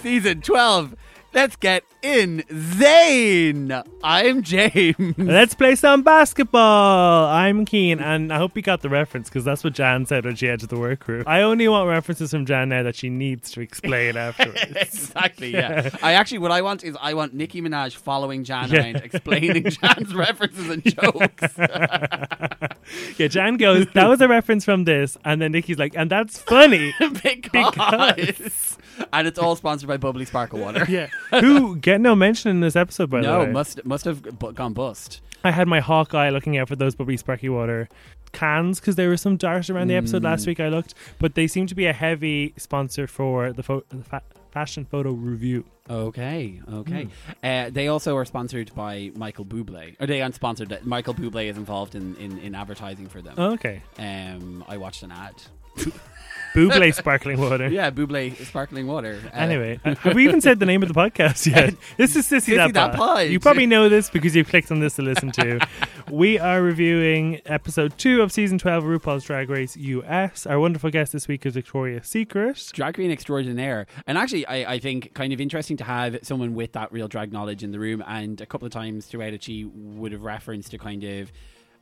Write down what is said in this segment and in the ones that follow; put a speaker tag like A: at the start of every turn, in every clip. A: season 12. Let's get insane. I'm James.
B: Let's play some basketball. I'm keen, and I hope you got the reference because that's what Jan said when she entered the work group. I only want references from Jan now that she needs to explain afterwards.
A: Exactly, yeah. I actually, what I want is I want Nicki Minaj following Jan around, explaining Jan's references and jokes.
B: yeah, Jan goes, "That was a reference from this," and then Nikki's like, "And that's funny."
A: because. And it's all sponsored by Bubbly Sparkle Water.
B: yeah, who get no mention in this episode by the
A: No,
B: way.
A: must must have bu- gone bust.
B: I had my Hawkeye looking out for those bubbly sparky water cans because there was some dart around the episode last week. I looked, but they seem to be a heavy sponsor for the, pho- the fa- fashion photo review.
A: Okay,
B: Hmm.
A: okay. Uh, they also are sponsored by Michael Bublé. Or they aren't sponsored. uh, Michael Bublé is involved in, in, in advertising for them.
B: Okay,
A: Um, I watched an ad.
B: Buble sparkling water.
A: Yeah, Bublé sparkling water. Uh,
B: Anyway, uh, have we even said the name of the podcast yet? This is Sissy,
A: Sissy
B: That,
A: That
B: Pod.
A: Pod.
B: You probably know this because you clicked on this to listen to. we are reviewing episode two of season 12 of RuPaul's Drag Race US. Our wonderful guest this week is Victoria's Secret.
A: drag queen extraordinaire. And actually, I, I think kind of interesting to have someone with that real drag knowledge in the room. And a couple of times throughout it, she would have referenced to kind of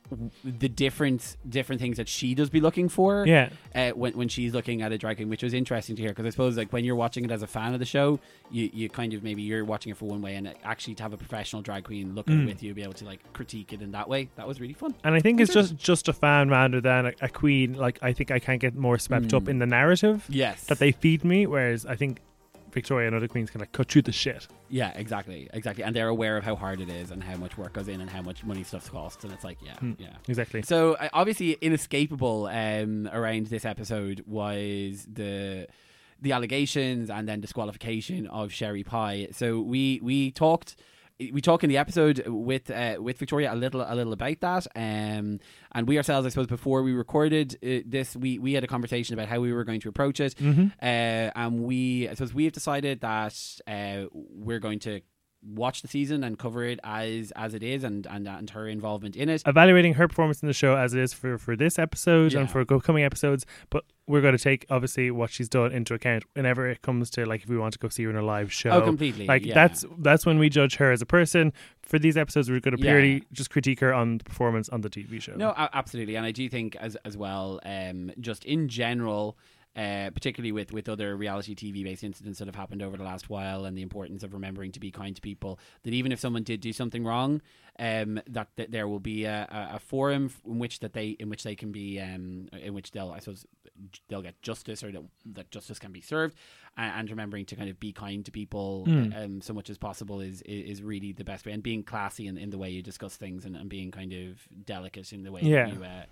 A: w- the different different things that she does be looking for
B: Yeah.
A: uh, when, when she's looking at a drag queen which was interesting to hear because i suppose like when you're watching it as a fan of the show you, you kind of maybe you're watching it for one way and actually to have a professional drag queen look at
B: Mm.
A: it with you be able to like critique it in that way that was really fun
B: And I think it's just just a fan rather than a, a queen. Like I think I can't get more swept up in the narrative
A: yes
B: that they feed me. Whereas I think Victoria and other queens can like cut through the shit.
A: Yeah, exactly, exactly, and they're aware of how hard it is and how much work goes in and how much money stuff costs, and it's like, yeah, yeah.
B: Exactly.
A: So uh, obviously, inescapable um, around this episode was the the allegations and then disqualification of Sherry Pie. So we we talked. We talked in the episode with uh, with Victoria a little a little about that, um, and we ourselves, I suppose, before we recorded uh, this, we, we had a conversation about how we were going to approach it, uh,
B: Mm-hmm.
A: and we I suppose we have decided that uh, we're going to watch the season and cover it as as it is, and and, and her involvement in it.
B: Evaluating her performance in the show as it is for for this episode
A: Yeah.
B: and for upcoming episodes, but we're going to take obviously what she's done into account whenever it comes to like if we want to go see her in a live show.
A: Oh, completely,
B: Like
A: yeah.
B: that's that's when we judge her as a person. For these episodes, we're going to
A: Yeah.
B: purely just critique her on the performance on the TV show.
A: No, a- absolutely, and I do think as as well, um, just in general. Uh, particularly with, with other reality TV based incidents that have happened over the last while, and the importance of remembering to be kind to people. That even if someone did do something wrong, um, that, that there will be a, a, a forum f- in which that they in which they can be um, in which they'll I suppose j- they'll get justice or that, that justice can be served, and, and remembering to kind of be kind to people um, so much as possible is, is is really the best way, and being classy in, in the way you discuss things, and, and being kind of delicate in the way
B: Yeah.
A: you, uh,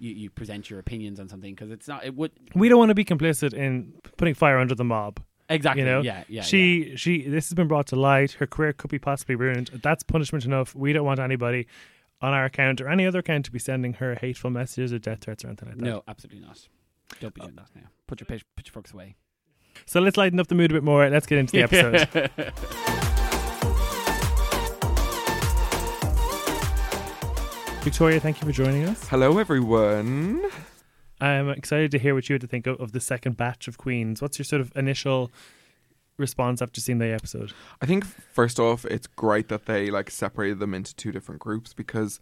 A: you you present your opinions on something because it's not it would
B: we don't want to be complicit in putting fire under the mob.
A: exactly
B: You know,
A: yeah yeah yeah.
B: she she. This has been brought to light. Her career could be possibly ruined. That's punishment enough. We don't want anybody on our account or any other account to be sending her hateful messages or death threats or anything like that.
A: no absolutely not. Don't be doing that now. Put your pitch, pitchforks away.
B: So let's lighten up the mood a bit more. Let's get into the episode. Victoria, thank you for joining us.
C: Hello, everyone.
B: I'm excited to hear what you had to think of, of the second batch of queens. What's your sort of initial response after seeing the episode?
C: I think first off, it's great that they like separated them into two different groups because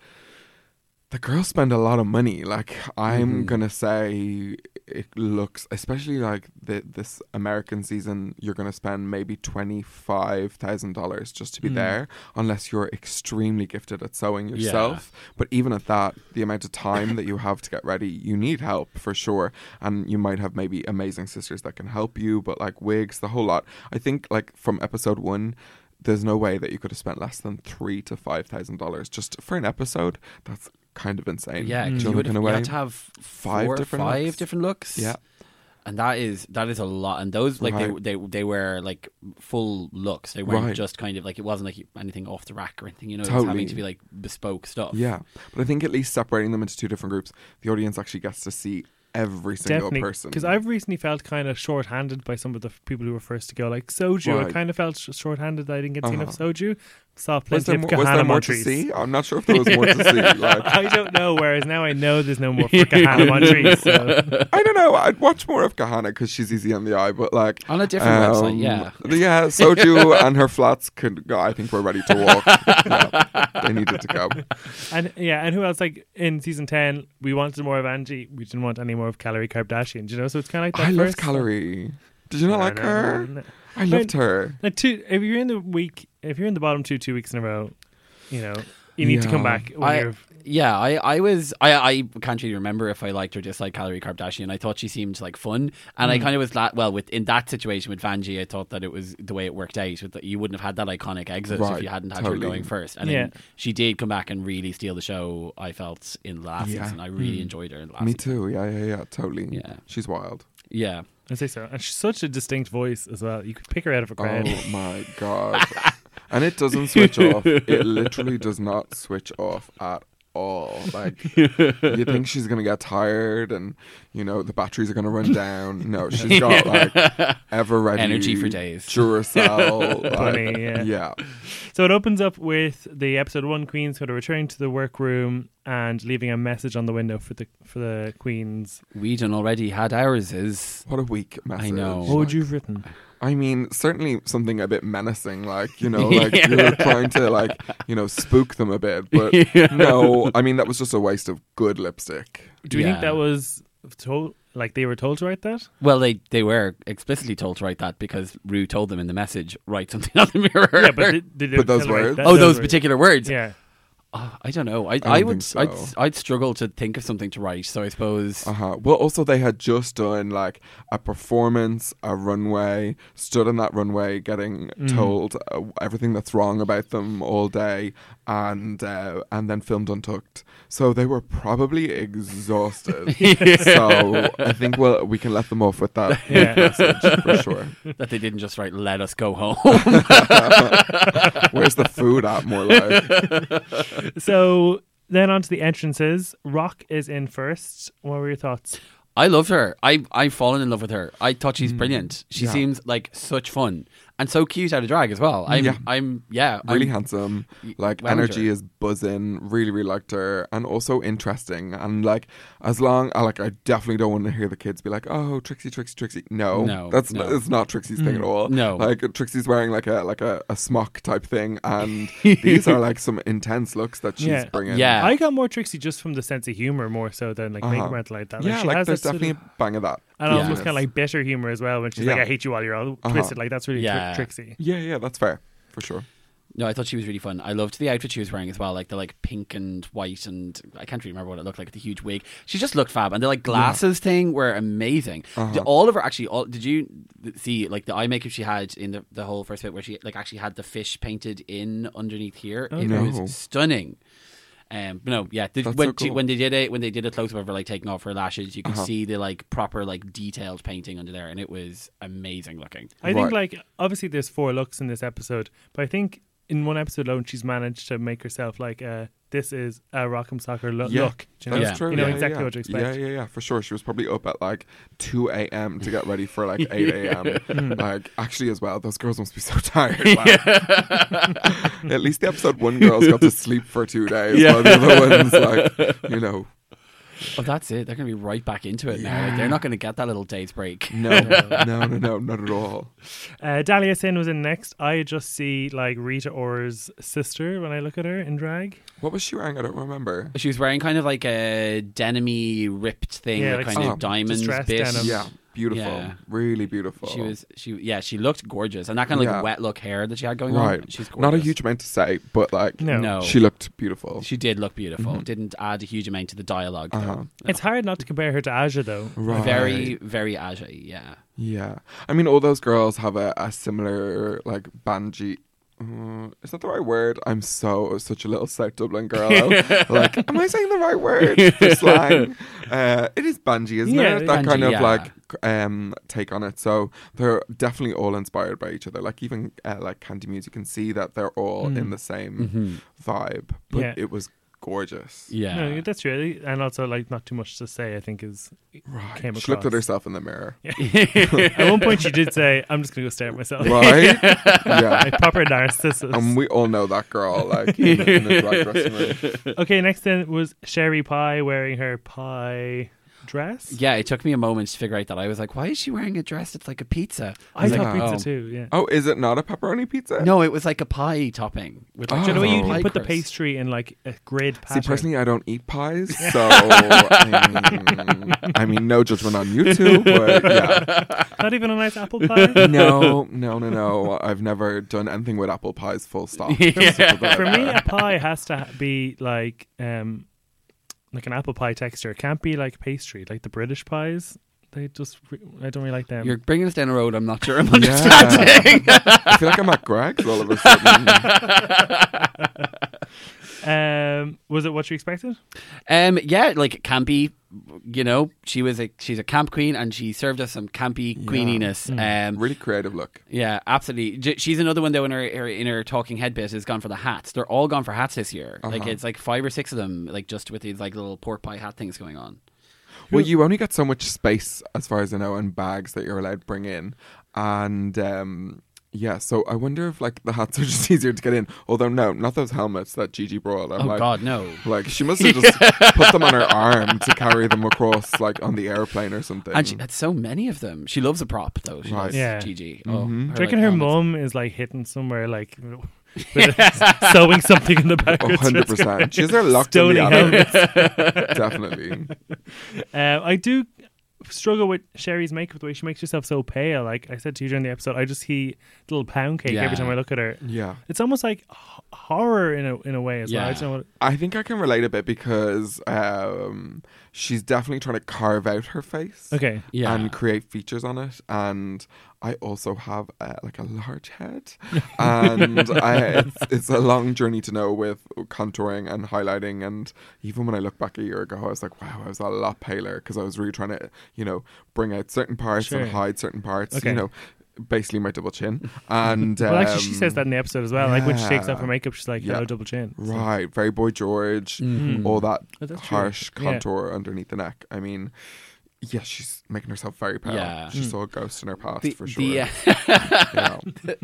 C: the girls spend a lot of money. Like I'm gonna say, it looks especially like the, this American season. You're gonna spend maybe twenty five thousand dollars just to be there, unless you're extremely gifted at sewing yourself. But even at that, the amount of time that you have to get ready, you need help for sure. And you might have maybe amazing sisters that can help you, but like wigs, the whole lot. I think like from episode one, there's no way that you could have spent less than three to five thousand dollars just for an episode. That's kind of insane.
A: Yeah,
B: Mm.
C: Do
A: you,
C: know,
A: would
C: in
A: have,
C: a
A: you
C: way.
A: had to have five
C: Five
A: four,
C: different
A: five
C: looks.
A: different looks.
C: Yeah.
A: and that is that is a lot. And those like
C: Right.
A: they, they they were like full looks. They weren't
C: Right.
A: just kind of like it wasn't like anything off the rack or anything. You know, it was
C: Totally.
A: having to be like bespoke stuff.
C: Yeah, but I think at least separating them into two different groups, the audience actually gets to see every single
B: Definitely,
C: person.
B: because I've recently felt kind of short-handed by some of the f- people who were first to go, like soju. I
C: Right. Uh-huh.
B: kind of felt sh- short-handed. that I didn't get to see enough soju. Saw plenty
C: was there,
B: of
C: more,
B: Kahana
C: was there more to
B: Montrese.
C: see? I'm not sure if there was more to see. Like,
B: I don't know. Whereas now I know there's no more for Kahana Montrese. So.
C: I don't know. I'd watch more of Kahana because she's easy on the eye, but like
A: On a different
C: Um,
A: website, yeah.
C: yeah. Soju and her flats could. I think we're ready to walk. yeah, they needed to go.
B: And yeah, and who else? Like in season ten, we wanted more of Angie. We didn't want any more of Calorie Kardashian. do You know, so it's kind of like
C: I
B: that
C: loved
B: first-
C: Calorie. Did you not like her? I
B: But-
C: loved her.
B: Now, two, if you're in the week, if you're in the bottom two, two weeks in a row, you know, you need to
C: Yeah.
B: come back. When
A: I-
B: you're,
A: Yeah, I, I was I, I can't really remember if I liked or disliked Calorie Kardashian. I thought she seemed like fun, and
C: Mm.
A: I kind of was la- well with in that situation with Vanjie. I thought that it was the way it worked out. With that you wouldn't have had that iconic exit if
C: Right,
A: you hadn't had her
C: totally.
A: going first. And then
B: Yeah.
A: she did come back and really steal the show. I felt in the last
C: Yeah.
A: season, I
B: Mm.
A: really enjoyed her in the last.
C: Me
A: season.
C: too. Yeah, yeah, yeah. Totally.
A: Yeah.
C: She's wild.
A: Yeah,
B: I say so, and she's such a distinct voice as well. You could pick her out of a crowd.
C: Oh my god. and it doesn't switch off. It literally does not switch off at all. Like you think she's gonna get tired and you know the batteries are gonna run down. No, she's got like ever ready
A: Energy for days.
C: Duracell. like,
B: Plenty, yeah.
C: yeah.
B: So it opens up with the episode one queens sort of returning to the workroom and leaving a message on the window for the for the queens.
A: Whedon already had ours. Is
C: What a weak message.
A: know.
B: What would
C: Like,
B: you have written?
C: I mean, certainly something a bit menacing, like, you know, like you're trying to like, you know, spook them a bit. But no, I mean that was just a waste of good lipstick.
B: Do we
A: Yeah.
B: think that was told? Like they were told to write that?
A: well, they they were explicitly told to write that because Rue told them in the message write something on the mirror.
B: Yeah, but did, did they
C: But those
B: tell her, like,
C: words?
B: that-
A: oh, those
B: words.
A: particular words.
B: Yeah.
A: Uh, I don't know. I,
C: don't
A: I,
C: think
A: would.
C: so.
A: I'd, I'd struggle to think of something to write. So I suppose.
C: Uh huh. Well, also they had just done like a performance, a runway, stood on that runway, getting told uh, everything that's wrong about them all day, and uh, and then filmed Untucked. So they were probably exhausted. So I think well we can let them off with that
B: Yeah.
C: message for sure.
A: that they didn't just write "Let us go home."
C: Where's the food at? More like
B: So then on to the entrances. Rock is in first. What were your thoughts?
A: I loved her. I I've fallen in love with her. I thought she's brilliant. She
C: Mm. Yeah.
A: seems like such fun and so cute out of drag as well. I'm
C: Yeah.
A: I'm yeah I'm-
C: really handsome. Like
A: Wound
C: energy
A: her.
C: is buzzing. Really, really liked her, and also interesting. And like, as long, I like, I definitely don't want to hear the kids be like, "Oh, Trixie, Trixie, Trixie." No,
A: No,
C: that's
A: no. Mm,
C: Not, it's not Trixie's thing at all.
A: no.
C: like Trixie's wearing like a like a, a smock type thing, and these are like some intense looks that she's
B: Yeah.
C: bringing.
A: Yeah.
B: I got more Trixie just from the sense of humor more so than like
C: Uh-huh.
B: making out like that. Like,
C: yeah.
B: she
C: Like,
B: has
C: there's
B: that sort of-
C: definitely a bang of that.
B: and
A: Yeah.
B: almost kind of like bitter humor as well when she's like,
C: Yeah.
B: "I hate you all, you're all
C: Uh-huh.
B: twisted." Like that's really tri-
A: Yeah.
B: Trixie.
C: Yeah, yeah, that's fair for sure.
A: no. I thought she was really fun. I loved the outfit she was wearing as well, like the like pink and white and I can't really remember what it looked like. The huge wig. She just looked fab, and the like glasses thing were amazing.
C: Uh-huh.
A: The- all of her actually. All did you th- see like the eye makeup she had in the the whole first bit where she like actually had the fish painted in underneath here? it
C: Oh, No.
A: was stunning. Um, but no, yeah. The,
C: That's
A: when
C: so
A: she,
C: cool. Uh-huh.
A: when they did it, when they did a close up of her like taking off her lashes, you could see the like proper like detailed painting under there, and it was amazing looking.
B: I think
C: Right.
B: like obviously there's four looks in this episode, but I think in one episode alone she's managed to make herself like uh, this is a Rock'em Soccer lo-
C: Yeah.
B: look. do You know,
C: That's
A: Yeah.
C: true.
B: You know
C: yeah,
B: exactly
C: yeah.
B: what to expect.
C: Yeah, yeah, yeah, for sure. She was probably up at like 2 a.m. to get ready for like 8
B: Hmm.
C: a.m. like, actually, as well, those girls must be so tired. Like, at least the episode one girls got to sleep for two days, while the other ones, like, you know,
A: Oh, that's it. They're gonna be right back into it now. Like, they're not gonna get that little day's break.
C: no, no, no, no, not at all.
B: Uh, Dahlia Sin was in next. I just see like Rita Ora's sister when I look at her in drag.
C: What was she wearing? I don't remember.
A: She was wearing kind of like a denimy ripped thing,
B: Yeah,
A: with
B: like
A: kind
C: some
A: of diamonds
B: distressed
A: bit.
B: denim.
C: Yeah, beautiful.
A: Yeah.
C: Really beautiful.
A: She was she yeah she looked gorgeous and that kind of like
C: Yeah.
A: wet look hair that she had going on.
C: Right.
A: She's gorgeous.
C: Not a huge amount to say, but like,
B: No.
A: No.
C: she looked beautiful. Mm-hmm.
A: She did look beautiful. Didn't add a huge amount to the dialogue. though.
C: Uh-huh.
B: It's hard not to compare her to Aja though.
C: Right.
A: Very very agile. Yeah.
C: Yeah, I mean, all those girls have a, a similar like banji. Uh, is that the right word? I'm so such a little South Dublin girl. like, am I saying the right word for slang? Uh, it is banji, isn't
B: Yeah,
C: it?
B: it
C: That
A: is
C: kind
A: bungee,
C: of
A: yeah.
C: like um, take on it. So they're definitely all inspired by each other. Like Mm-hmm. even uh, like Candy Muse, you can see that they're all in the same vibe. But
B: Yeah.
C: it was gorgeous.
A: Yeah.
B: No, that's really, and also like not too much to say. I think is
C: Right.
B: Came
C: she looked at
B: across.
C: herself in the mirror.
B: at one point she did say, "I'm just gonna go stare at myself."
C: Right? yeah.
B: Like proper narcissist.
C: And we all know that girl, like in, the- in the drag dressing room.
B: okay, next then was Sherry Pie wearing her pie dress.
A: yeah, it took me a moment to figure out that I was like, why is she wearing a dress that's like a pizza?
B: I,
A: was
B: thought
A: like,
B: pizza
A: oh.
B: too. Yeah.
C: Oh, is it not a pepperoni pizza?
A: No, it was like a pie topping. With like
C: Oh.
B: Do you know what you
A: pie
B: can put the
A: crust.
B: pastry in like a grid
C: See,
B: pattern?
C: personally, I don't eat pies, so I mean, I mean, no judgment on you two, but yeah,
B: Not even a nice apple pie.
C: no, no, no, no. I've never done anything with apple pies. Full stop.
B: For me, a pie has to ha- be like um, like an apple pie texture. It can't be like pastry, like the British pies. They just, re- I don't really like them.
A: You're bringing us down a road I'm not sure I'm
C: Yeah. I feel like I'm at Greg's all of a sudden.
B: Um, was it what you expected?
A: Um, yeah, like campy. You know, she was a she's a camp queen, and she served us some campy queeniness. Um,
C: Really creative look.
A: yeah, absolutely. J- she's another one though. In her, her in her talking head bit, has gone for the hats. They're all gone for hats this year. Like
C: Uh-huh.
A: it's like five or six of them, like just with these like little pork pie hat things going on.
C: Well, you only got so much space, as far as I know, and bags that you're allowed to bring in. And um, yeah, so I wonder if like the hats are just easier to get in. Although no, not those helmets that Gigi brought. I'm
A: oh
C: like,
A: God, no.
C: Like she must have just put them on her arm to carry them across, like on the airplane or something.
A: And she had so many of them. She loves a prop though. She
C: Right.
A: loves
B: Yeah.
A: Gigi. Oh,
C: Mhm.
A: her,
B: Do you reckon
A: like,
B: her
A: helmets.
B: mum is like hidden somewhere, like with a- sewing something in the background?
C: hundred percent. She's there locked
B: Stolen
C: in the attic. Definitely.
B: Um, I do struggle with Sherry's makeup, the way she makes herself so pale. Like I said to you during the episode, I just eat little pound cake
A: Yeah.
B: every time I look at her.
C: Yeah.
B: It's almost like h- horror in a in a way as well. I
A: Yeah.
B: don't know what,
C: I think I can relate a bit because um, she's definitely trying to carve out her face.
B: okay,
A: Yeah.
C: and create features on it. And I also have uh, like a large head, and I, it's, it's a long journey to know with contouring and highlighting. And even when I look back a year ago, I was like, wow, I was a lot paler because I was really trying to, you know, bring out certain parts
B: Sure.
C: and hide certain parts.
B: Okay.
C: You know, basically my double chin. And
B: well, actually, she
C: um,
B: says that in the episode as well. Like when she takes off her
C: yeah.
B: makeup, she's like,
C: Yeah.
B: "Hello, double chin." So-
C: Right, very boy George,
A: Mm-hmm.
C: all that
B: Oh, that's true.
C: harsh
B: Yeah.
C: contour underneath the neck. I mean, yeah, she's making herself very pale.
A: Yeah.
B: Mm.
C: She saw a ghost in her past
A: The-
C: for
A: the,
C: sure.
A: uh,
C: Yeah.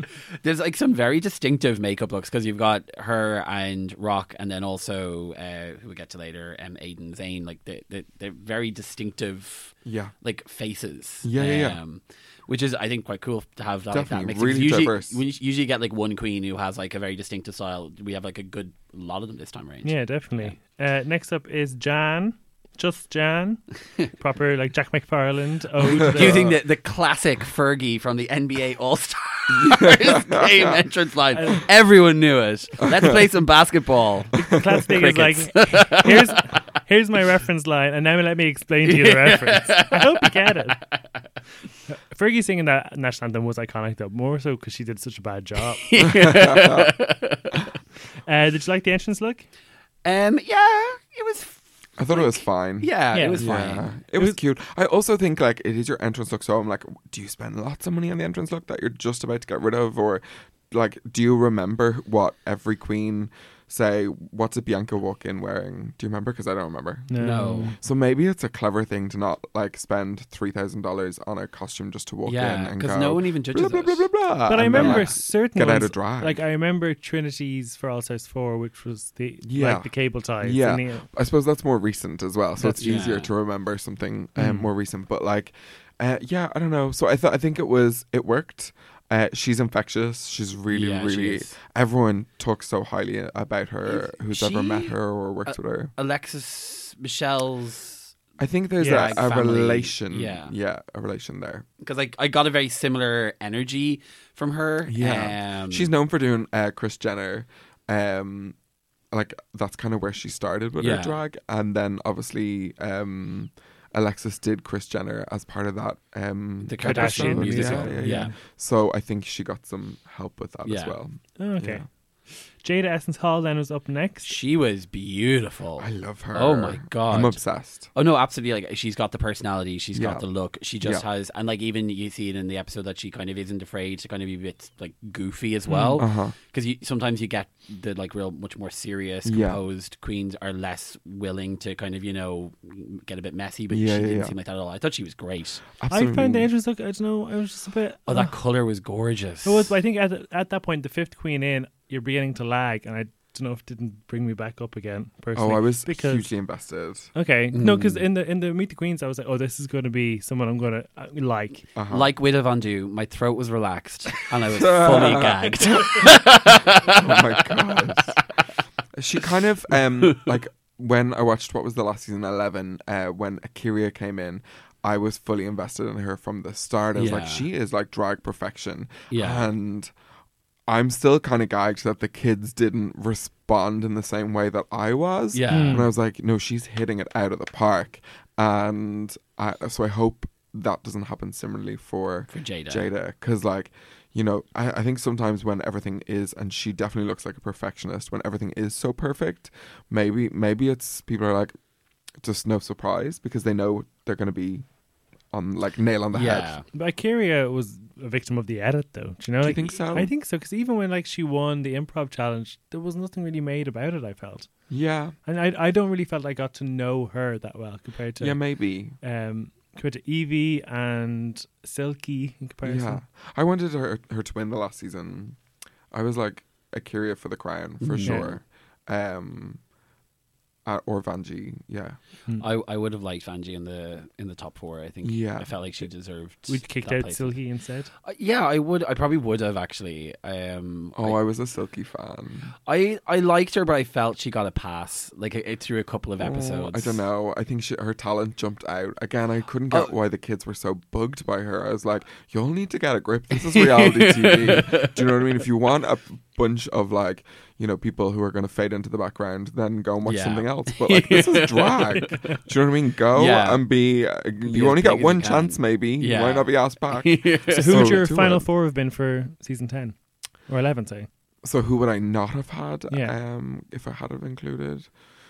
A: There's like some very distinctive makeup looks because you've got her and Rock, and then also uh, who we get to later, um, Aiden Zane. Like they, they, they're very distinctive,
C: Yeah.
A: like faces.
C: Yeah, yeah, yeah.
A: Um, which is I think quite cool to have that.
C: Definitely,
A: like, that mix.
C: really
A: usually,
C: diverse.
A: We usually get like one queen who has like a very distinctive style. We have like a good lot of them this time around.
B: Yeah, definitely. Uh, next up is Jan, just Jan, proper like Jack McFarland. Oh,
A: Using the, the classic Fergie from the NBA All Stars game entrance line. Everyone knew it. Let's play some basketball.
B: class thing is like, here's here's my reference line, and now let me explain to you the reference. I hope you get it. Fergie singing that national anthem was iconic, though, more so because she did such a bad job. uh, did you like the entrance look?
A: Um, yeah, it was.
C: I thought it was fine.
A: Yeah,
B: Yeah.
A: it was
C: Yeah.
A: fine.
C: It was cute. I also think like it is your entrance look, so I'm like, do you spend lots of money on the entrance look that you're just about to get rid of, or like, do you remember what every queen say? What's a Bianca walk in wearing? Do you remember? Because I don't remember.
A: No.
C: So maybe it's a clever thing to not like spend three thousand dollars on a costume just to walk in
A: Yeah,
C: and
A: 'cause
C: go.
A: no one even judges
C: blah, blah, blah,
A: us.
C: blah, blah,
B: But I
C: and then,
B: remember
C: like,
B: certain
C: get out
B: ones,
C: of drag.
B: Like I remember Trinity's for All Stars Four, which was the
C: Yeah.
B: like the cable ties.
C: Yeah,
B: and the-
C: I suppose that's more recent as well, so
B: That's-
C: it's easier
A: yeah. Hmm.
C: to remember something um, more recent. But like, uh, yeah, I don't know. So I thought I think it was it worked. Uh, she's infectious. She's really,
A: Yeah, she
C: really.
A: is.
C: everyone talks so highly about her. who's ever met
A: she-
C: her or worked with her?
A: Alexis Michelle's
C: I think there's
B: Yeah,
C: a, a
A: like family-
C: relation.
A: yeah.
C: yeah, a relation there.
A: because like I got a very similar energy from her.
C: Yeah.
A: um,
C: she's known for doing uh, Chris Jenner. Um, like that's kind of where she started with
A: Yeah.
C: her drag, and then obviously um, Alexis did Chris Jenner as part of that. Um,
A: the
B: Kardashian
A: Kardashian
B: musical,
A: musical.
C: Yeah, yeah,
A: yeah.
C: So I think she got some help with that as
A: Yeah.
C: well.
B: Oh, okay.
C: Yeah.
B: Jada Essence Hall then was up next.
A: She was beautiful.
C: I love her.
A: Oh my God.
C: I'm obsessed.
A: Oh no, absolutely! Like she's got the personality, she's
C: Yeah.
A: got the look. She just
C: Yeah.
A: has, and like even you see it in the episode that she kind of isn't afraid to kind of be a bit like goofy as well.
C: Uh-huh.
A: Because you, sometimes you get the like real much more serious,
C: Yeah.
A: composed queens are less willing to kind of you know get a bit messy. But
C: Yeah,
A: she
C: yeah,
A: didn't
C: yeah.
A: seem like that at all. I thought she was great.
C: Absolutely.
B: I found the entrance look. I don't know. I was just a bit. uh,
A: Oh,
C: Ah.
A: that color was gorgeous.
B: It was, but I think at, at that point, the fifth queen in, you're beginning to lag, and I don't know if it didn't bring me back up again
C: Oh,
B: personally.
C: I Hmm. was
B: because
C: hugely invested.
B: okay, no, because in the in the meet the queens, I was like, oh, this is going to be someone I'm going to uh, like.
C: Uh-huh.
A: Like Widow Von Du, my throat was relaxed and I was fully gagged.
C: oh my god. She kind of um like when I watched what was the last season eleven, uh, when Akiria came in, I was fully invested in her from the start. I was
A: Yeah.
C: like, she is like drag perfection.
A: Yeah.
C: And I'm still kind of gagged that the kids didn't respond in the same way that I was.
A: Yeah.
B: Mm.
C: And I was like, no, she's hitting it out of the park. And I, so I hope that doesn't happen similarly for
A: For Jada.
C: Jada because like you know I, I think sometimes when everything is and she definitely looks like a perfectionist when everything is so perfect maybe maybe it's people are like just no surprise because they know they're going to be on like nail on the
A: Yeah.
C: head
B: But Kyria was a victim of the edit, though. Do you know?
C: Do you
B: like,
C: think so?
B: I think so, because even when like she won the improv challenge, there was nothing really made about it. I felt,
C: yeah
B: and I I don't really felt I got to know her that well compared to
C: yeah maybe
B: um compared to Evie and Silky in comparison.
C: yeah I wanted her her to win the last season I was like Akira for the crown for
B: Yeah.
C: sure um uh, or Vanji yeah
A: I, I would have liked Vanjie in the in the top four. I think.
C: Yeah.
A: I felt like she deserved.
B: We kicked
A: that
B: out
A: place.
B: Silky instead.
A: Uh, yeah, I would. I probably would have actually. Um,
C: oh
A: I,
C: I was a silky fan
A: I I liked her, but I felt she got a pass. Like it, through a couple of
C: Oh,
A: episodes.
C: I don't know. I think she, her talent jumped out. Again, I couldn't get
A: Oh.
C: why the kids were so bugged by her. I was like, you'll need to get a grip. This is reality TV. Do you know what I mean? If you want a bunch of like, you know, people who are going to fade into the background, then go and watch
A: Yeah.
C: something else. But like, this is drag. Do you know what I mean? Go
A: Yeah.
C: and be. Uh, you
A: as
C: only
A: big
C: get
A: as
C: one
A: you can.
C: chance, maybe. You
A: Yeah.
C: might not be asked back.
B: So who would
C: So
B: your
C: do
B: final
C: it.
B: four have been for season ten or eleven? Say
C: So who would I not have had
B: Yeah.
C: um, if I had have included?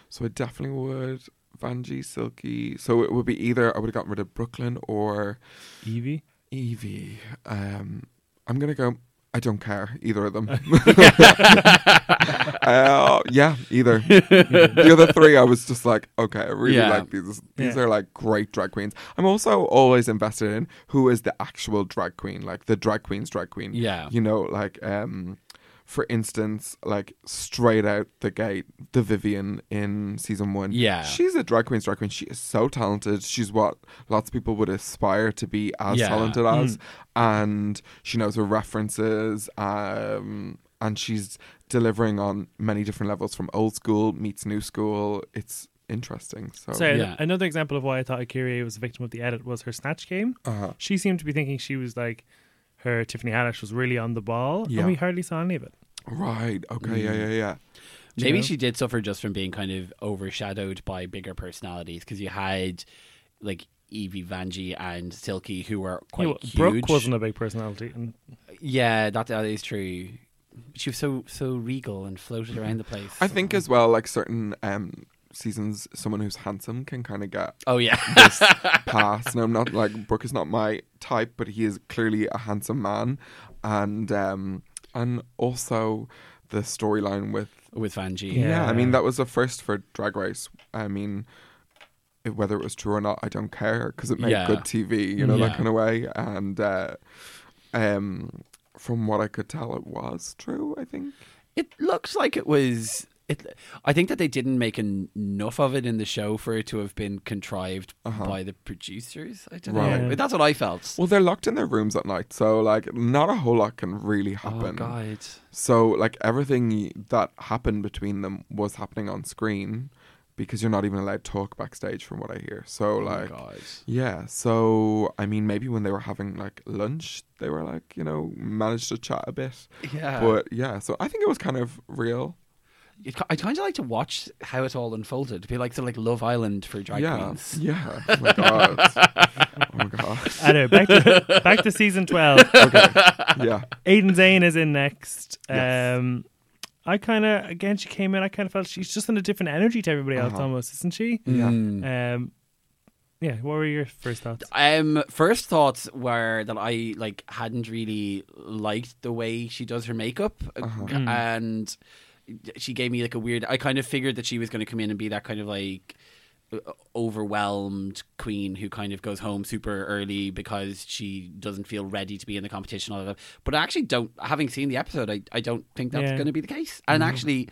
C: So I definitely would Vanjie, Silky. So it would be either I would have gotten rid of Brooklyn or
B: Evie.
C: Evie. Um, I'm gonna go. I don't care either of them. uh, yeah, either. the other three, I was just like, okay, I really
A: Yeah.
C: like these. These
B: Yeah.
C: are like great drag queens. I'm also always invested in who is the actual drag queen, like the drag queen's drag queen
A: Yeah.
C: you know like um for instance like straight out the gate the vivian in season one
A: Yeah.
C: she's a drag queen's drag queen she is so talented she's what lots of people would aspire to be as
A: Yeah. Mm.
C: talented as and she knows her references um and she's delivering on many different levels from old school meets new school it's interesting so
B: So
A: Yeah.
B: another example of why I thought Akira was a victim of the edit was her snatch game.
C: uh-huh.
B: She seemed to be thinking she was like her Tiffany Haddish was really on the ball,
C: Yeah.
B: and we hardly saw any of it.
C: right okay
A: Mm.
C: yeah yeah yeah
B: Do you
A: Maybe
B: know?
A: she did suffer just from being kind of overshadowed by bigger personalities because you had like Evie, Vanjie, and Silky who were quite
B: You know,
A: huge.
B: Brooke wasn't a big personality, and
A: Yeah, that, that is true. She was so so regal and floated around the place.
C: i think as well like certain um seasons someone who's handsome can kind of get
A: Oh yeah,
C: this pass. No, I'm not like Brooke is not my type, but he is clearly a handsome man, and um, and also the storyline with
A: with Vanjie.
C: yeah.
B: Yeah.
C: I mean, that was a first for Drag Race. I mean, it- whether it was true or not, I don't care because it made
A: Yeah.
C: good TV, you know, that
A: Yeah.
C: kind of way. And uh, um, from what I could tell, it was true. I think.
A: It looks like it was. It, I think that they didn't make en- enough of it in the show for it to have been contrived
C: Uh-huh.
A: by the producers. I don't
C: Right.
A: know.
B: Yeah.
A: That's what I felt.
C: Well, they're locked in their rooms at night, so like, not a whole lot can really
A: oh
C: happen.
A: god,
C: So, like, everything that happened between them was happening on screen because you're not even allowed to talk backstage, from what I hear. So,
A: oh my
C: like,
A: god.
C: yeah. So, I mean, maybe when they were having like lunch, they were like, you know, managed to chat a bit.
A: Yeah,
C: But yeah, so I think it was kind of real.
A: It- I kind of like to watch how it all unfolded. It'd be like to like Love Island for drag
C: yeah.
A: queens.
C: Yeah. Oh my God. oh my God.
B: anyway, back to back to season twelve.
C: Okay. Yeah.
B: Aiden Zane is in next.
C: Yes.
B: Um, I kind of again she came in. I kind of felt she's just in a different energy to everybody else,
C: Uh-huh. Mm.
B: almost, isn't she?
C: Yeah.
A: Mm.
B: Um, yeah. What were your first thoughts?
A: Um, first thoughts were that I like hadn't really liked the way she does her makeup, uh,
C: Uh-huh.
A: and she gave me like a weird. I kind of figured that she was going to come in and be that kind of like uh, overwhelmed queen who kind of goes home super early because she doesn't feel ready to be in the competition. All of that. But I actually don't. Having seen the episode, I I don't think that's
B: Yeah.
A: going to be the case. And
C: Mm.
A: actually,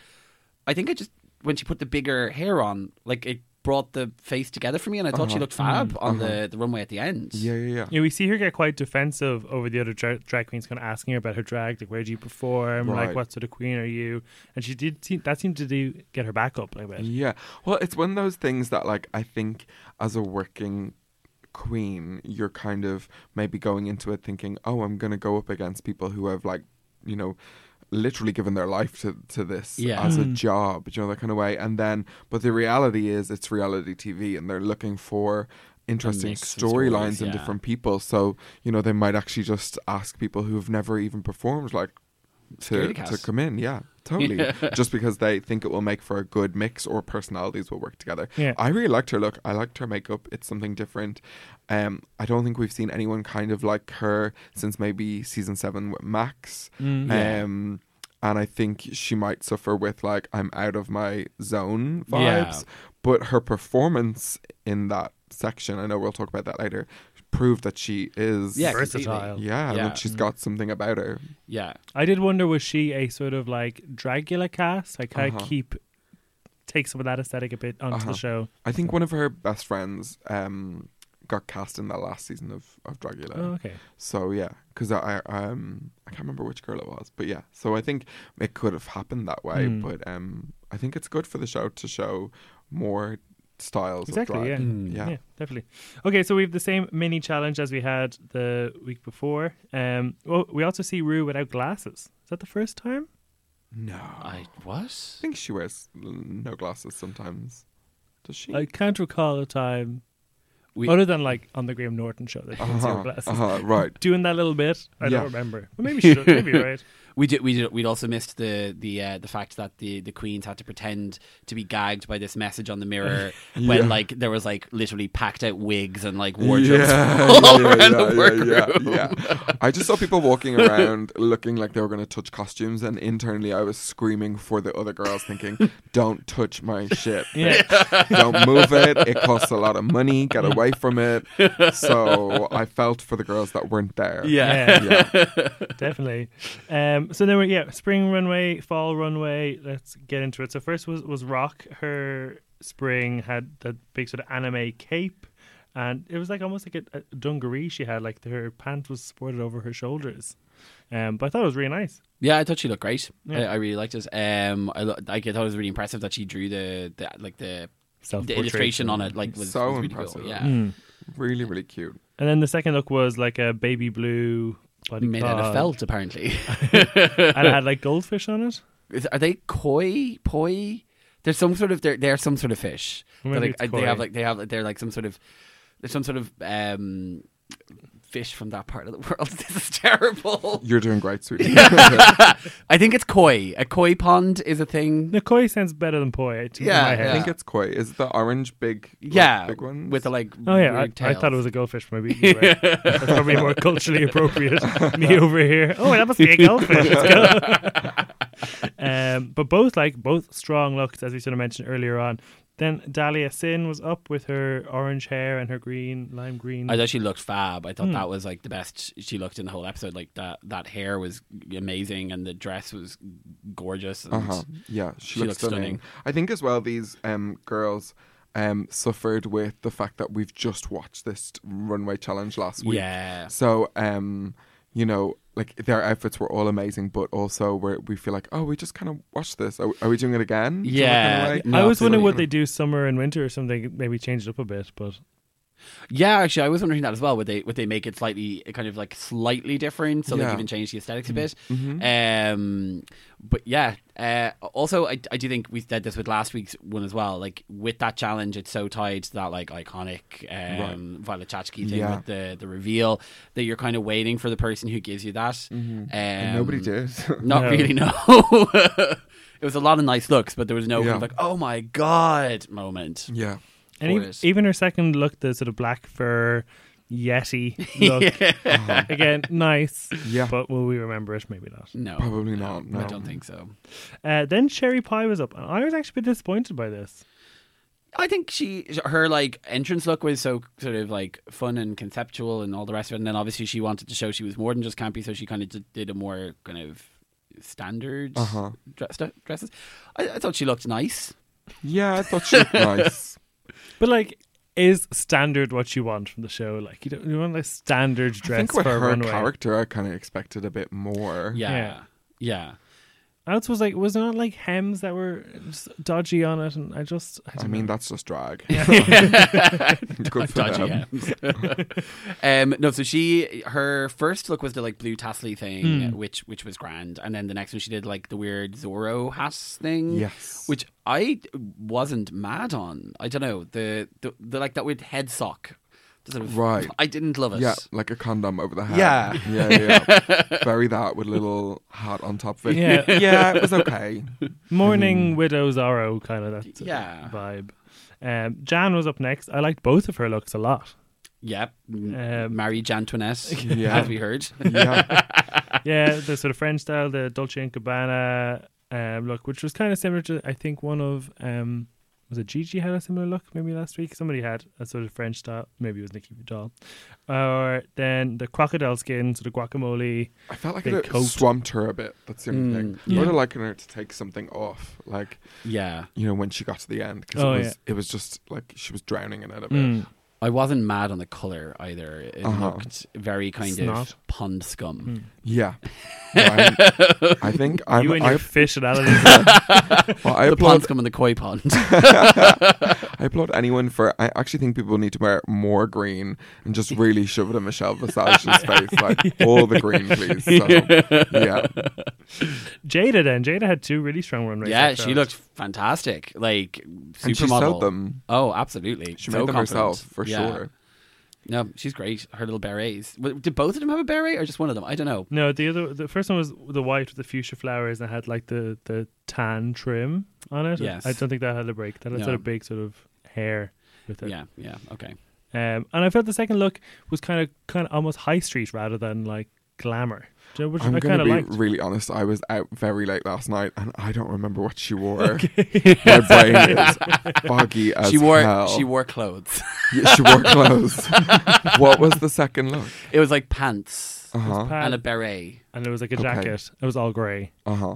A: I think I just when she put the bigger hair on, like it. Brought the face together for me, and I thought she
C: Uh-huh.
A: looked fab on uh, the, the runway at the end.
C: Yeah, yeah, yeah.
B: Yeah, we see her get quite defensive over the other dra- drag queens, kind of asking her about her drag, like where do you perform, like
C: Right.
B: what sort of queen are you? And she did seem, that seemed to do get her back up a little bit.
C: Yeah. Well, it's one of those things that, like, I think as a working queen, you're kind of maybe going into it thinking, oh, I'm going to go up against people who have, like, you know, literally given their life to, to this
A: Yeah.
C: as a job, you know, that kind of way. And then, but the reality is it's reality TV and they're looking for interesting
A: mix of stories,
C: storylines
A: yeah.
C: and different people. So, you know, they might actually just ask people who've never even performed, like, to,
A: Scaredy cat.
C: to come in. Yeah, totally. Just because they think it will make for a good mix or personalities will work together.
B: Yeah.
C: I really liked her look. I liked her makeup. It's something different. Um, I don't think we've seen anyone kind of like her since maybe season seven with Max.
B: Mm.
A: Yeah.
C: Um, and I think she might suffer with like I'm out of my zone vibes.
A: Yeah.
C: But her performance in that section, I know we'll talk about that later, proved that she is
A: Yeah,
B: Versatile.
A: completely.
C: yeah,
A: Yeah.
C: Like she's got something about her.
A: Yeah.
B: I did wonder was she a sort of like Dragula cast? Like kind
C: Uh-huh.
B: of keep take some of that aesthetic a bit onto
C: Uh-huh.
B: the show.
C: I think one of her best friends um, got cast in that last season of of Dragula.
B: Oh, okay.
C: So yeah, because I, I um I can't remember which girl it was, but yeah. So I think it could have happened that way,
B: Mm.
C: but um I think it's good for the show to show more styles. Of
B: Exactly,
C: drag.
B: yeah.
A: Mm.
C: yeah.
B: Yeah. definitely. Okay, so we have the same mini challenge as we had the week before. Um, well, we also see Rue without glasses. Is that the first time?
C: No, I
A: I what?
C: think she wears l- no glasses sometimes. Does she?
B: I can't recall a time
A: We-
B: other than like on the Graham Norton show that she didn't see her
C: Uh-huh,
B: glasses.
C: uh-huh, right.
B: Doing that little bit, I
C: Yeah.
B: don't remember. But maybe she does. Maybe you're right.
A: We did. We did. We'd also missed the the uh, the fact that the the queens had to pretend to be gagged by this message on the mirror
C: Yeah.
A: when like there was like literally packed out wigs and like wardrobes.
C: Yeah,
A: all
C: yeah,
A: around
C: yeah,
A: the
C: yeah,
A: workroom.
C: yeah, yeah. I just saw people walking around looking like they were going to touch costumes, and internally I was screaming for the other girls, thinking, "Don't touch my shit!
B: Yeah.
C: Don't move it! It costs a lot of money. Get away from it!" So I felt for the girls that weren't there.
A: Yeah.
C: Yeah.
B: definitely. Um, so then we yeah, spring runway, fall runway. Let's get into it. So first was was Rock. Her spring had that big sort of anime cape, and it was like almost like a, a dungaree she had. Like her pants was supported over her shoulders. Um, but I thought it was really nice.
A: Yeah, I thought she looked great. I,
B: Yeah.
A: I really liked it. Um, I, lo- like, I thought it was really impressive that she drew the, the like the, the
B: Self-portrait.
A: illustration on it. Like was,
C: So
A: was really
C: impressive.
A: cool. Yeah,
B: Mm.
C: really, really cute.
B: And then the second look was like a baby blue body
A: made out of
B: cloth,
A: felt apparently.
B: and it had like goldfish on it.
A: Is- are they koi poi? There's some sort of they're they're some sort of fish.
B: Maybe
A: They're like- uh,
B: it's
A: they
B: koi.
A: have like they have like, they're like some sort of there's some sort of um fish from that part of the world. this is terrible.
C: You're doing great, sweetie. yeah,
A: I think it's koi. A koi pond is a thing.
B: The koi sounds better than poi. To
A: Yeah,
B: my
C: I
B: head.
A: yeah.
C: think it's koi. Is it the orange big? like,
A: yeah,
C: big ones
A: with the like.
B: Oh yeah, I,
A: weird
B: I thought it
A: tails.
B: was a goldfish from a beach. Right? That's probably more culturally appropriate. Me over here. Oh, that must be a goldfish. Let's go. um, but both like both strong looks, as we sort of mentioned earlier on. Then Dahlia Sin was up with her orange hair and her green lime green.
A: I thought she looked fab. I thought
B: Hmm.
A: that was like the best she looked in the whole episode. Like that, that hair was amazing, and the dress was gorgeous. And
C: Uh-huh. Yeah, she,
A: She
C: looks,
A: looks
C: stunning.
A: stunning.
C: I think as well these um, girls um, suffered with the fact that we've just watched this runway challenge last week.
A: Yeah,
C: So um, you know, like their outfits were all amazing, but also we we feel like, oh, we just kind of watched this. Are, are we doing it again? Do you know,
A: Yeah.
C: kinda way?
A: No,
B: I was wondering
A: absolutely.
B: what they do summer and winter or something. Maybe change it up a bit, but
A: Yeah, actually, I was wondering that as well. Would they would they make it slightly kind of like slightly different so
C: Yeah. Mm-hmm.
A: they've even changed the aesthetics a bit? Um, but yeah, uh, also I, I do think we said this with last week's one as well. Like with that challenge, it's so tied to that like iconic um, Violet Chachki thing
C: Yeah.
A: with the the reveal that you're kind of waiting for the person who gives you that. Um,
C: Mm-hmm. And nobody did.
A: Not
B: No.
A: really. No. It was a lot of nice looks, but there was no kind
C: Yeah.
A: of like, "Oh my god!" moment.
C: yeah.
B: And
A: for
B: even,
A: it.
B: even her second look, the sort of black fur yeti look, again, nice.
C: Yeah.
B: But will we remember it? Maybe not.
A: No,
C: Probably not,
A: I
C: no.
A: don't think so.
B: Uh, then Sherry Pie was up, and I was actually a bit disappointed by this.
A: I think she her like entrance look was so sort of like fun and conceptual and all the rest of it. And then obviously she wanted to show she was more than just campy, so she kind of d- did a more kind of standard
C: Uh-huh.
A: dress, dresses. I, I thought she looked nice.
C: Yeah, I thought she looked nice.
B: But like, is standard what you want from the show? Like, you don't you want like standard
C: I
B: dress
C: think with
B: for a
C: her
B: runway.
C: character, I kind of expected a bit more.
A: Yeah, yeah.
B: Yeah. I also was like, was there not like hems that were s- dodgy on it? And I just, I,
C: I
B: don't
C: mean,
B: know.
C: that's just drag. Good for
A: Dodgy
C: them.
A: yeah. um, no, so she her first look was the like blue tassel thing,
C: Hmm.
A: which which was grand, and then the next one she did like the weird Zorro hat thing,
C: Yes.
A: which I wasn't mad on. I don't know the the, the like that weird head sock, The sort of-
C: Right.
A: I didn't love it.
C: Yeah, like a condom over the head.
A: Yeah.
C: Yeah, yeah. yeah. Bury that with a little hat on top of it.
B: Yeah.
C: yeah, it was okay.
B: morning widow's arrow kind of that uh,
A: Yeah.
B: vibe. Um, Jan was up next. I liked both of her looks a lot.
A: Yep.
B: Um,
A: Mary Jantoinette,
C: Yeah.
A: as we heard.
C: Yeah.
B: yeah, the sort of French style, the Dolce and Gabbana um, look, which was kind of similar to I think one of um, was it Gigi had a similar look maybe last week. Somebody had a sort of French style, maybe it was Nikki Vidal, or then the crocodile skin, sort of guacamole.
C: I felt like
B: Big
C: it
B: coat.
C: swamped her a bit. That's the only
A: Mm,
C: thing. I would
B: yeah.
C: have likened her to take something off, like,
A: Yeah.
C: you know, when she got to the end, because
B: Oh,
C: it, was
B: yeah. Mm.
C: it was just like she was drowning in it a bit.
A: I wasn't mad on the color either. It
C: Uh-huh.
A: looked very kind
B: Snot.
A: of pond
B: Hmm.
A: scum.
C: Yeah. No, I'm- i think I'm.
B: Mm. you and
C: I,
B: your fish analogies.
C: well, I
A: The pond
C: applaud.
A: scum and the koi pond.
C: I applaud anyone for. I actually think people need to wear more green and just really shove it in Michelle Visage's face, like all the green, please. So, yeah,
B: Jada then Jada had two really strong runways.
A: yeah,
B: I
A: she
B: felt.
A: looked fantastic. Like supermodel.
C: and she sold them.
A: Oh, absolutely.
C: She
A: so
C: made them
A: confident.
C: herself for
A: Yeah.
C: sure.
A: No, she's great. Her little berets. W- Did both of them have a beret or just one of them? I don't know.
B: No, the other, the first one was the white with the fuchsia flowers and it had like the, the tan trim on it.
A: Yes.
B: I don't think that had a break. That had
A: No.
B: sort of big sort of hair with it.
A: Yeah, yeah, okay.
B: Um, and I felt the second look was kind of kind of almost high street rather than like glamour. Do you know, which
C: I'm
B: I
C: going
B: kind
C: to
B: of
C: be
B: liked.
C: really honest. I was out very late last night, and I don't remember what she wore. My brain is foggy as
A: she wore
C: hell.
A: she wore clothes.
C: Yeah, she wore clothes. what was the second look?
A: it was like pants
C: Uh huh.
B: Pad-
A: and a beret.
B: and it was like a
C: Okay.
B: jacket. It was all grey.
C: Uh huh.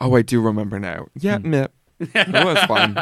C: Oh, I do remember now. Yeah,
B: Hmm.
C: meh. It was fun.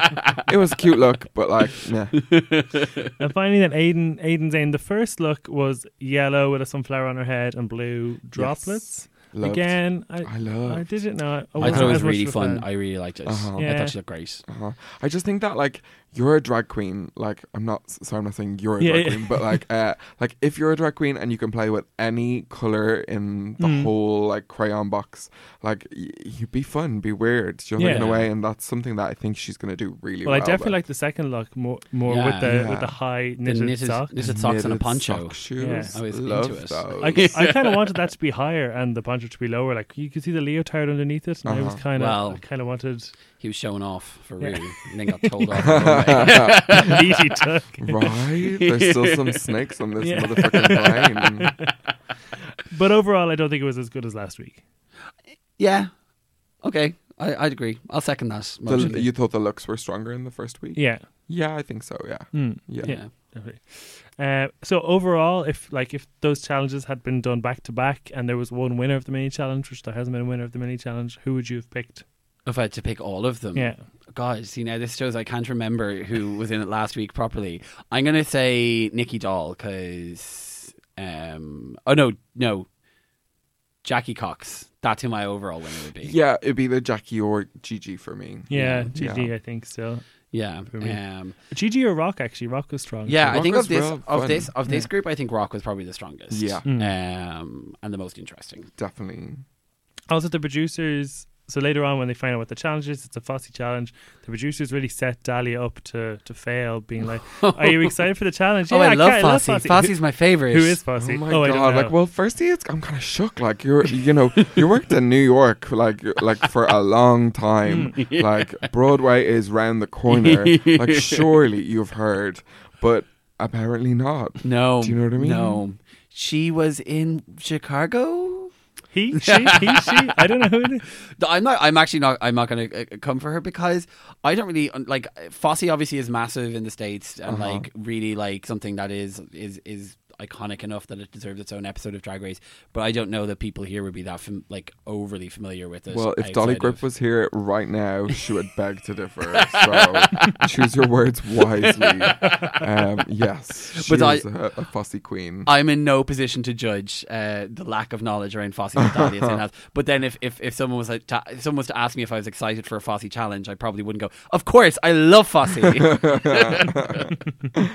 C: It was a cute look, but like, meh.
B: and finally, then Aiden Aiden's in the first look was yellow with a sunflower on her head and blue droplets.
C: Loved.
B: Again, I,
C: I
B: I
C: love.
B: didn't know.
A: I
B: wasn't
A: thought it was
B: as much
A: really
B: of a
A: fun.
B: fan.
A: I really liked it.
C: Uh-huh.
A: I
B: Yeah.
A: thought she looked great.
C: Uh-huh. I just think that like you're a drag queen. Like I'm not. Sorry, I'm not saying you're a
B: Yeah,
C: drag
B: yeah.
C: queen, but like, uh, like if you're a drag queen and you can play with any color in the
B: Mm.
C: whole like crayon box, like y- you be fun, be weird. Do you know, like, in a
B: Yeah.
C: way, and that's something that I think she's gonna do really
B: Well,
C: well.
B: I definitely
C: with.
B: like the second look more, more
A: Yeah.
B: with the with
C: Yeah. Mm-hmm.
B: the high
A: The
B: knitted,
A: knitted,
B: sock.
A: knitted socks and a
C: Knitted
A: poncho.
C: sock shoes.
B: Yeah.
A: I was into
C: Love
A: it.
C: those.
B: I, I kind of wanted that to be higher and the poncho to be lower. Like you could see the leotard underneath it, and I was
C: Uh-huh.
B: kind of
A: Well.
B: I kind of wanted
A: He was showing off for
B: Yeah.
A: Rue and then got told off.
B: Oh
A: the runway.
B: meaty tuck.
C: right? There's still some snakes on this
B: Yeah.
C: motherfucking plane.
B: But overall, I don't think it was as good as last week.
A: yeah. Okay. I, I'd agree. I'll second that.
C: The-
A: motion.
C: you thought the looks were stronger in the first week?
B: Yeah,
C: Yeah, I think so. Yeah.
B: Mm.
C: Yeah.
A: yeah.
B: definitely. Uh, so overall, if like if those challenges had been done back to back, and there was one winner of the mini challenge, which there hasn't been a winner of the mini challenge, who would you have picked?
A: If I had to pick all of them.
B: Yeah,
A: God, see now this shows I can't remember who was in it last week properly. I'm gonna say Nikki Doll because um oh no no Jackie Cox. That's who my overall winner would be.
C: Yeah, it'd be the Jackie or Gigi for me.
B: yeah,
A: Yeah.
B: GG, I think still.
A: Yeah.
B: For me.
A: Um,
B: Gigi or Rock actually. Rock was strong.
A: yeah, I
C: Rock
A: think of
C: was
A: this
C: real
A: of
C: fun.
A: this of this
B: Yeah.
A: group I think Rock was probably the strongest.
C: Yeah.
B: Hmm.
A: Um and the most interesting.
C: Definitely.
B: Also, the producers. So later on, when they find out what the challenge is, it's a Fosse challenge. The producers really set Dahlia up to, to fail, being like, "Are you excited for the challenge?"
A: oh, I love
B: can't-
A: Fosse. Fosse's my favorite.
B: Who, who is Fosse?
C: Oh my
B: I don't
C: god!
B: know.
C: Like, well, firstly, it's I'm kind of shook. Like, you're, you know, you worked in New York, like, you're- like for a long
B: Mm.
C: time. Like, Broadway is round the corner. like, surely you've heard, but apparently not.
A: No.
C: Do you know what I mean?
A: No. She was in Chicago.
B: he, she, he, she. I don't know who it is.
A: No, I'm not. I'm actually not. I'm not going to come for her because I don't really un- like. Fosse obviously is massive in the states and
C: Uh-huh.
A: like really like something that is is is iconic enough that it deserves its own episode of Drag Race. But I don't know that people here would be that fam- like overly familiar with it.
C: Well, if
A: outside
C: Dolly
A: of-
C: Grip was here right now, she would beg to differ. So choose your words wisely. Um, yes, she
A: But I-
C: was a, a fussy queen.
A: I'm in no position to judge uh, the lack of knowledge around Fosse and Dahlia St. Helens. But then, if, if, if someone was like ta if someone was to ask me if I was excited for a Fosse challenge, I probably wouldn't go. Of course, I love Fosse.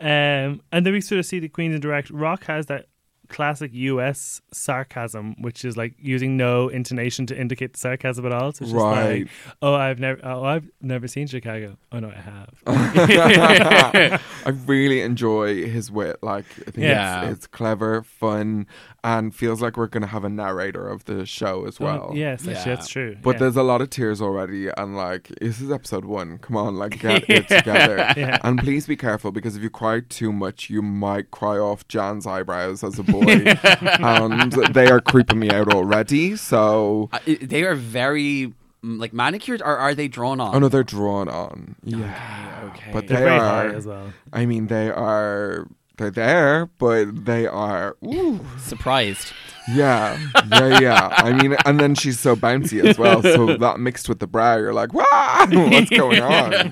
B: Um, and then we sort of see the Queens interact. Rock has that classic US sarcasm, which is like using no intonation to indicate the sarcasm at all. So it's just
C: Right.
B: like, oh, I've never, oh, I've never seen Chicago. Oh no, I have.
C: I really enjoy his wit. Like, I think
A: Yeah.
C: it's, it's clever, fun, and feels like we're going to have a narrator of the show as well.
B: Oh, yes, actually,
A: Yeah.
B: that's true.
C: But
B: yeah.
C: there's a lot of tears already, and like, this is episode one. Come on, like, get it together.
B: Yeah.
C: And please be careful because if you cry too much, you might cry off Jan's eyebrows as a boy. and they are creeping me out already. So,
A: I- they are very mm, like manicured, or are they drawn on?
C: oh no, they're drawn on. Yeah.
A: okay.
C: But they
B: they're very
C: are.
B: hard as well.
C: I mean, they are. They're there, but they are. Ooh.
A: Surprised.
C: Yeah, yeah, yeah. I mean, and then she's so bouncy as well. So that mixed with the brow, you're like, wow, what's going on?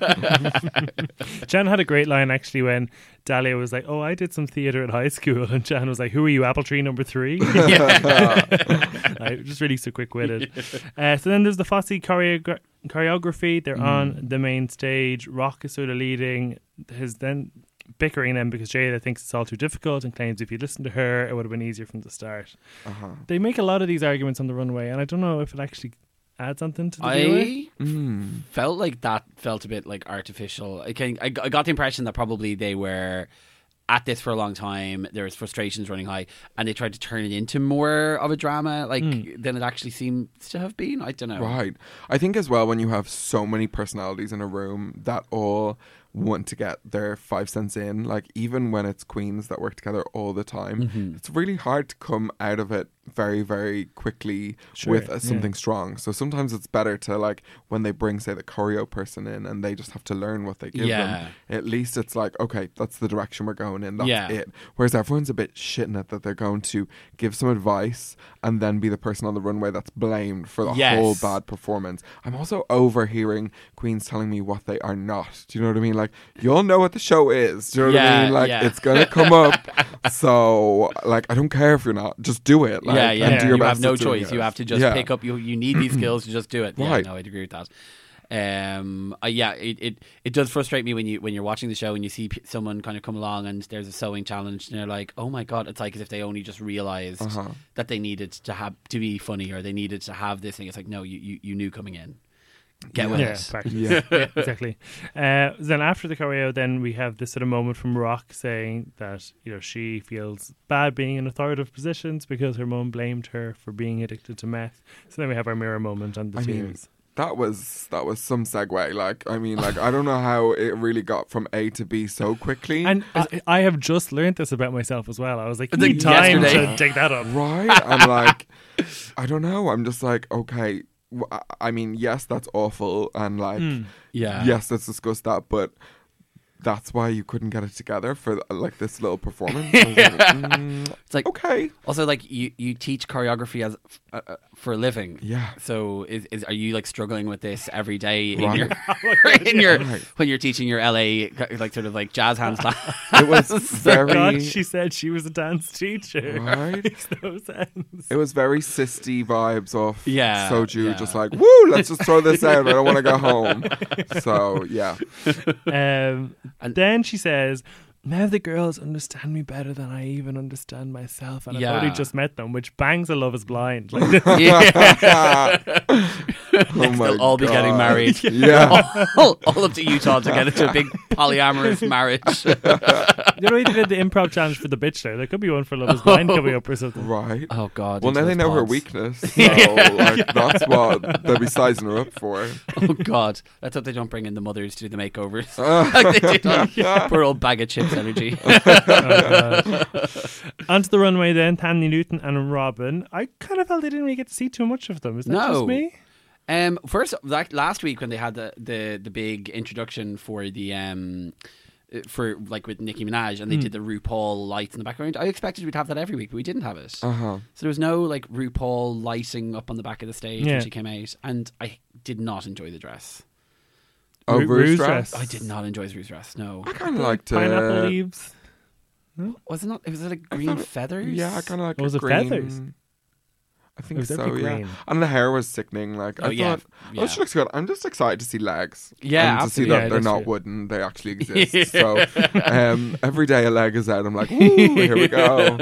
B: Jan had a great line actually when Dahlia was like, "Oh, I did some theater at high school," and Jan was like, "Who are you, apple tree number three? I just really so quick witted. Uh, so then there's the Fosse choreogra- choreography. They're on the main stage. Rock is sort of leading. His then bickering them because Jada thinks it's all too difficult and claims if you listened to her, it would have been easier from the start.
C: Uh-huh.
B: They make a lot of these arguments on the runway, and I don't know if it actually adds something to the viewer.
A: I
C: Mm.
A: felt like that felt a bit like artificial. I, can, I, I got the impression that probably they were at this for a long time. There was frustrations running high, and they tried to turn it into more of a drama, like than it actually seems to have been. I don't know.
C: Hmm. Right. I think as well when you have so many personalities in a room that all want to get their five cents in, like even when it's queens that work together all the time,
A: Mm-hmm.
C: it's really hard to come out of it very, very quickly
B: Sure,
C: with uh,
B: yeah.
C: something strong. So sometimes it's better to like when they bring, say, the choreo person in and they just have to learn what they give
A: Yeah.
C: them. At least it's like, okay, that's the direction we're going in. That's
A: Yeah.
C: it it. Whereas everyone's a bit shitting it that they're going to give some advice and then be the person on the runway that's blamed for the
A: Yes.
C: whole bad performance. I'm also overhearing queens telling me what they are not. Do you know what I mean? Like, you'll know what the show is. Do you know what
A: Yeah,
C: I mean? Like,
A: yeah.
C: it's gonna come up. so, like, I don't care if you're not. Just do it. Like,
A: yeah, yeah.
C: And do your
A: you
C: best
A: have no
C: at doing
A: choice.
C: it.
A: You have to just
C: Yeah.
A: pick up. You you need these skills to just do it. Yeah,
C: Right.
A: no, I'd agree with that. Um, uh, yeah, it, it it does frustrate me when you when you're watching the show and you see p- someone kind of come along and there's a sewing challenge and they're like, oh my god, it's like as if they only just realized
C: Uh-huh.
A: that they needed to have to be funny or they needed to have this thing. It's like no, you you, you knew coming in, get with
B: Yeah,
A: it.
B: practice.
C: Yeah.
B: yeah, exactly. Uh, then after the choreo, then we have this sort of moment from Rock saying that you know she feels bad being in authoritative positions because her mom blamed her for being addicted to meth. So then we have our mirror moment and the
C: I mean,
B: tears.
C: That was that was some segue. Like, I mean, like, I don't know how it really got from A to B so quickly.
B: and I, I have just learned this about myself as well. I was like, you
A: Like
B: need time
A: yesterday.
B: to take that up.
C: Right? I'm like, I don't know. I'm just like, okay. w- I-
A: Hmm.
C: I mean, yes, that's awful, and like,
B: Mm.
A: Yeah,
C: yes, let's discuss that. But that's why you couldn't get it together for like this little performance. I was like, mm,
A: It's like
C: okay,
A: also like you, you teach choreography as uh, uh, for a living.
C: Yeah.
A: So is, is are you like struggling with this every day in
C: Right.
A: your in your
C: Right.
A: when you're teaching your LA like sort of like jazz hands class?
C: it was very
B: God, she said she was a dance teacher.
C: right.
B: Makes no sense.
C: It was very sisty vibes off
A: Yeah,
C: Soju,
A: yeah.
C: just like woo, let's just throw this out. I don't want to go home. So yeah,
B: Um,
A: And-
B: then she says, now the girls understand me better than I even understand myself, and
A: Yeah.
B: I've only just met them, which bangs a love is blind. Like,
A: yeah.
C: oh my
A: They'll all be getting
C: God.
A: married. Oh.
C: Yeah,
A: all, all up to Utah to get into a big polyamorous marriage.
B: you know, they did the improv challenge for the bitch there. There could be one for Love is Blind coming up or something.
C: right.
A: oh God.
C: Well,
A: into
C: now they
A: those
C: know her
A: pods.
C: weakness, so like that's what they'll be sizing her up for.
A: Oh God! Let's hope they don't bring in the mothers to do the makeovers. like they did on poor old bag of chips energy.
B: uh, Onto the runway then, Tandy Newton and Robin. I kind of felt they didn't really get to see too much of them. Is that
A: No.
B: just me?
A: Um, first, like last week when they had the, the, the big introduction for the um, uh, for like with Nicki Minaj
C: Hmm.
A: and they did the RuPaul lights in the background. I expected we'd have that every week, but we didn't have it.
C: Uh huh.
A: So there was no like RuPaul lighting up on the back of the stage
B: Yeah.
A: when she came out, and I did not enjoy the dress.
C: Oh,
B: Ru-
C: Rue's
B: Rue's
C: dress.
B: dress.
A: I did not enjoy Rue's dress. No,
C: I kind of liked it.
B: Pineapple leaves.
A: was it not? Was it like green
C: thought it-
A: feathers?
C: Yeah, I kind of like
B: Oh, was
C: a
B: it
C: green.
B: feathers?
C: I think
B: It was
C: Oh, so.
B: definitely
C: Yeah,
B: green.
C: and the hair was sickening. Like
A: Oh,
C: I
A: yeah,
C: thought, oh,
A: yeah.
C: she looks good. I'm just excited to see legs.
A: Yeah,
C: and to see
A: absolutely.
C: that
B: Yeah,
C: they're
B: that's
C: not
B: true.
C: wooden, they actually exist. So um, every day a leg is out, I'm like, Ooh, here we go.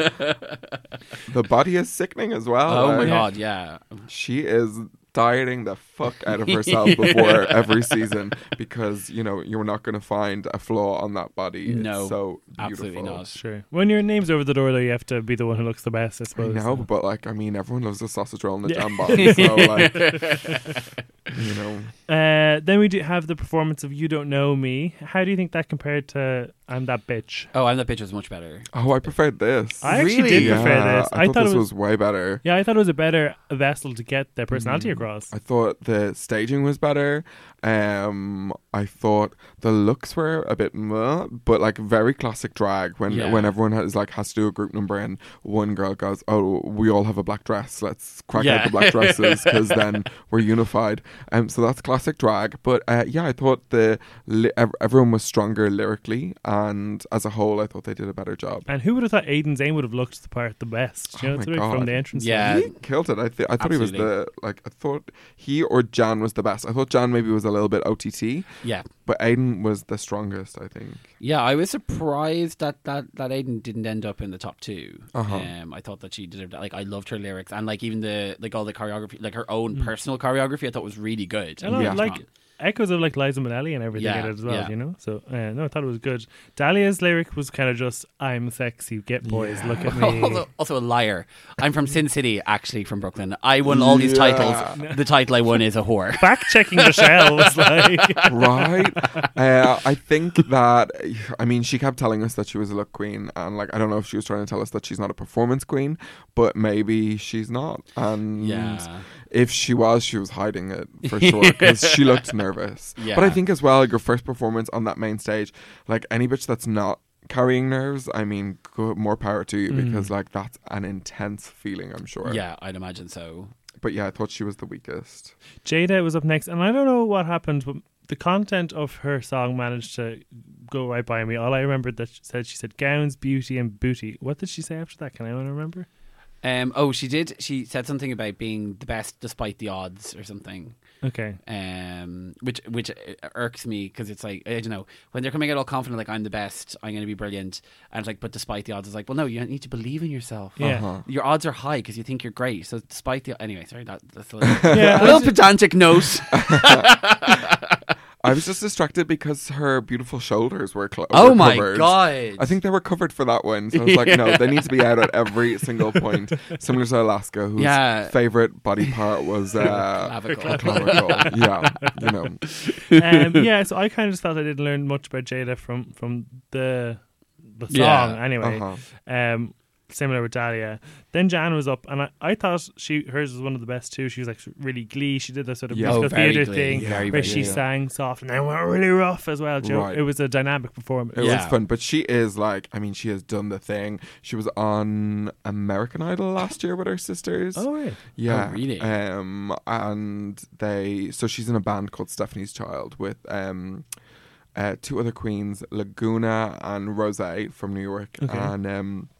C: the body is sickening as well.
A: Oh my
C: Like,
A: god! Yeah,
C: she is dieting the fuck out of herself before every season because you know you're not going to find a flaw on that body. It's
A: No,
C: so beautiful.
A: absolutely not.
B: Sure. When your name's over the door, though, you have to be the one who looks the best, I
C: I
B: suppose.
C: know, but like, I mean, everyone loves a sausage roll and a
B: Yeah.
C: jam bomb. So, like, you know,
B: Uh, then we do have the performance of "You Don't Know Me." How do you think that compared to "I'm That Bitch"?
A: Oh, and that picture was much better.
C: oh, I preferred this.
B: I actually
A: Really?
B: did
A: Yeah,
B: prefer this.
C: I, thought, this was, way better.
B: yeah, I thought it was a better vessel to get their personality across.
C: Mm, I thought the staging was better. Um, I thought the looks were a bit, meh, but like very classic drag when
A: Yeah.
C: when everyone has like has to do a group number and one girl goes, "Oh, we all have a black dress. Let's crack
A: Yeah.
C: out the black dresses because then we're unified." Um, so that's classic drag. But uh, yeah, I thought the li- ev- everyone was stronger lyrically and as a whole, I thought they did a better job.
B: And who would have thought Aidan Zane would have looked the part the best? You
C: Oh
B: know, it's
C: my
B: like
C: God.
B: from the entrance.
A: Yeah.
C: he killed it. I, th- I thought he was
A: Absolutely.
C: the like. I thought he or Jan was the best. I thought Jan maybe was a little bit OTT,
A: Yeah,
C: but Aiden was the strongest. I think.
A: yeah. I was surprised that that that Aiden didn't end up in the top 2
C: Uh-huh.
A: Um, I thought that she deserved that. Like, I loved her lyrics and like even the like all the choreography, like her own personal choreography. I thought was really good.
B: Hmm. I don't know,
C: Yeah.
B: like echoes of like Liza Minnelli and everything
A: Yeah,
B: in it as well,
A: yeah.
B: you know. So uh, no, I thought it was good. Dahlia's lyric was kind of just "I'm sexy, get boys, look at me."
A: also, also a liar. I'm from Sin City, actually from Brooklyn. I won all these
C: Yeah.
A: titles. The title I won is a whore.
B: Fact checking Michelle was like,
C: right? Uh, I think that, I mean, she kept telling us that she was a look queen, and like, I don't know if she was trying to tell us that she's not a performance queen, but maybe she's not. And
A: Yeah.
C: if she was, she was hiding it for sure because she looked nervous.
A: Yeah.
C: But I think as well, like, her first performance on that main stage, like, any bitch that's not carrying nerves, I mean, go, more power to you because, like, that's an intense feeling, I'm sure.
A: Mm. Yeah, I'd imagine so.
C: But yeah, I thought she was the weakest.
B: Jada was up next, and I don't know what happened, but the content of her song managed to go right by me. All I remembered that she said she said gowns, beauty, and booty. What did she say after that? Can anyone remember?
A: Um, oh, she did. She said something about being the best despite the odds, or something.
B: Okay.
A: um, which which irks me because it's like I don't know when they're coming out all confident like I'm the best, I'm going to be brilliant, and it's like but despite the odds, it's like well no, you need to believe in yourself.
B: Yeah.
C: Uh-huh.
A: Your odds are high because you think you're great. So despite the anyway, sorry, that, that's a little,
B: Yeah.
A: a little pedantic note.
C: I was just distracted because her beautiful shoulders were closed.
A: oh my god!
C: I think they were covered for that one. So I was like, no, they need to be out at every single point. Similar to Alaska, whose
A: Yeah.
C: favorite body part was uh,
A: Clavicle.
C: clavicle. Yeah, you know.
B: um, yeah, so I kind of just felt I didn't learn much about Jada from from the the song
A: Yeah.
B: anyway.
C: Uh-huh.
B: Um, similar with Dahlia. Then Jan was up, and I, I thought she hers was one of the best too. She was like really glee. She did that sort of
C: Yeah.
A: Oh,
B: musical
A: very
B: theater
A: Glee.
B: thing
A: Yeah. Very,
B: where
A: very
B: she
A: Glee.
B: sang soft and then went really rough as well. Joe,
C: Right.
B: it was a dynamic performance.
C: It was
A: Yeah.
C: fun, but she is like, I mean, she has done the thing. She was on American Idol last year with her sisters.
B: Oh, right.
C: yeah,
A: Oh, really?
C: Um, and they, so she's in a band called Stephanie's Child with um, uh, two other queens, Laguna and Rose from New York,
B: Okay.
C: and um,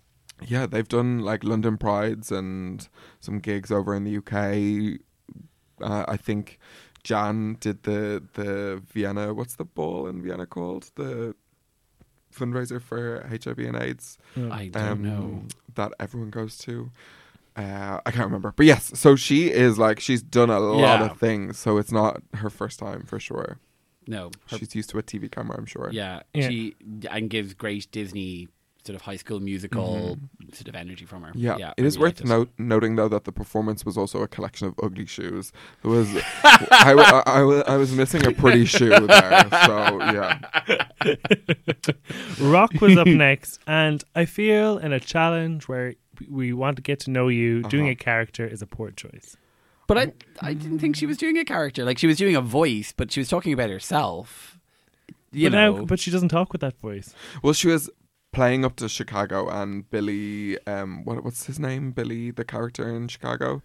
C: yeah, they've done like London Prides and some gigs over in the UK. Uh, I think Jan did the the Vienna. What's the ball in Vienna called? The fundraiser for HIV and AIDS
A: I don't
C: Um,
A: know.
C: that everyone goes to. Uh, I can't remember, but yes. So she is like she's done a lot
A: Yeah.
C: of things, so it's not her first time for sure.
A: No. Her-
C: She's used to a TV camera, I'm sure.
A: yeah,
B: Yeah.
A: She and gives great Disney sort of high school musical sort of energy from her.
C: Mm-hmm. Yeah,
A: yeah
C: it
A: I
C: is
A: really liked
C: worth
A: it.
C: note, noting though that the performance was also a collection of ugly shoes. There was, I, wa- I, wa- I was missing a pretty shoe there. So yeah,
B: Rock was up next, and I feel in a challenge where we want to get to know you, doing
C: Uh-huh.
B: a character is a poor choice.
A: But I, I didn't think she was doing a character. Like she was doing a voice, but she was talking about herself. You
B: but
A: know,
B: now, but she doesn't talk with that voice.
C: well, she was playing up to Chicago and Billy. Um, what what's his name? Billy, the character in Chicago.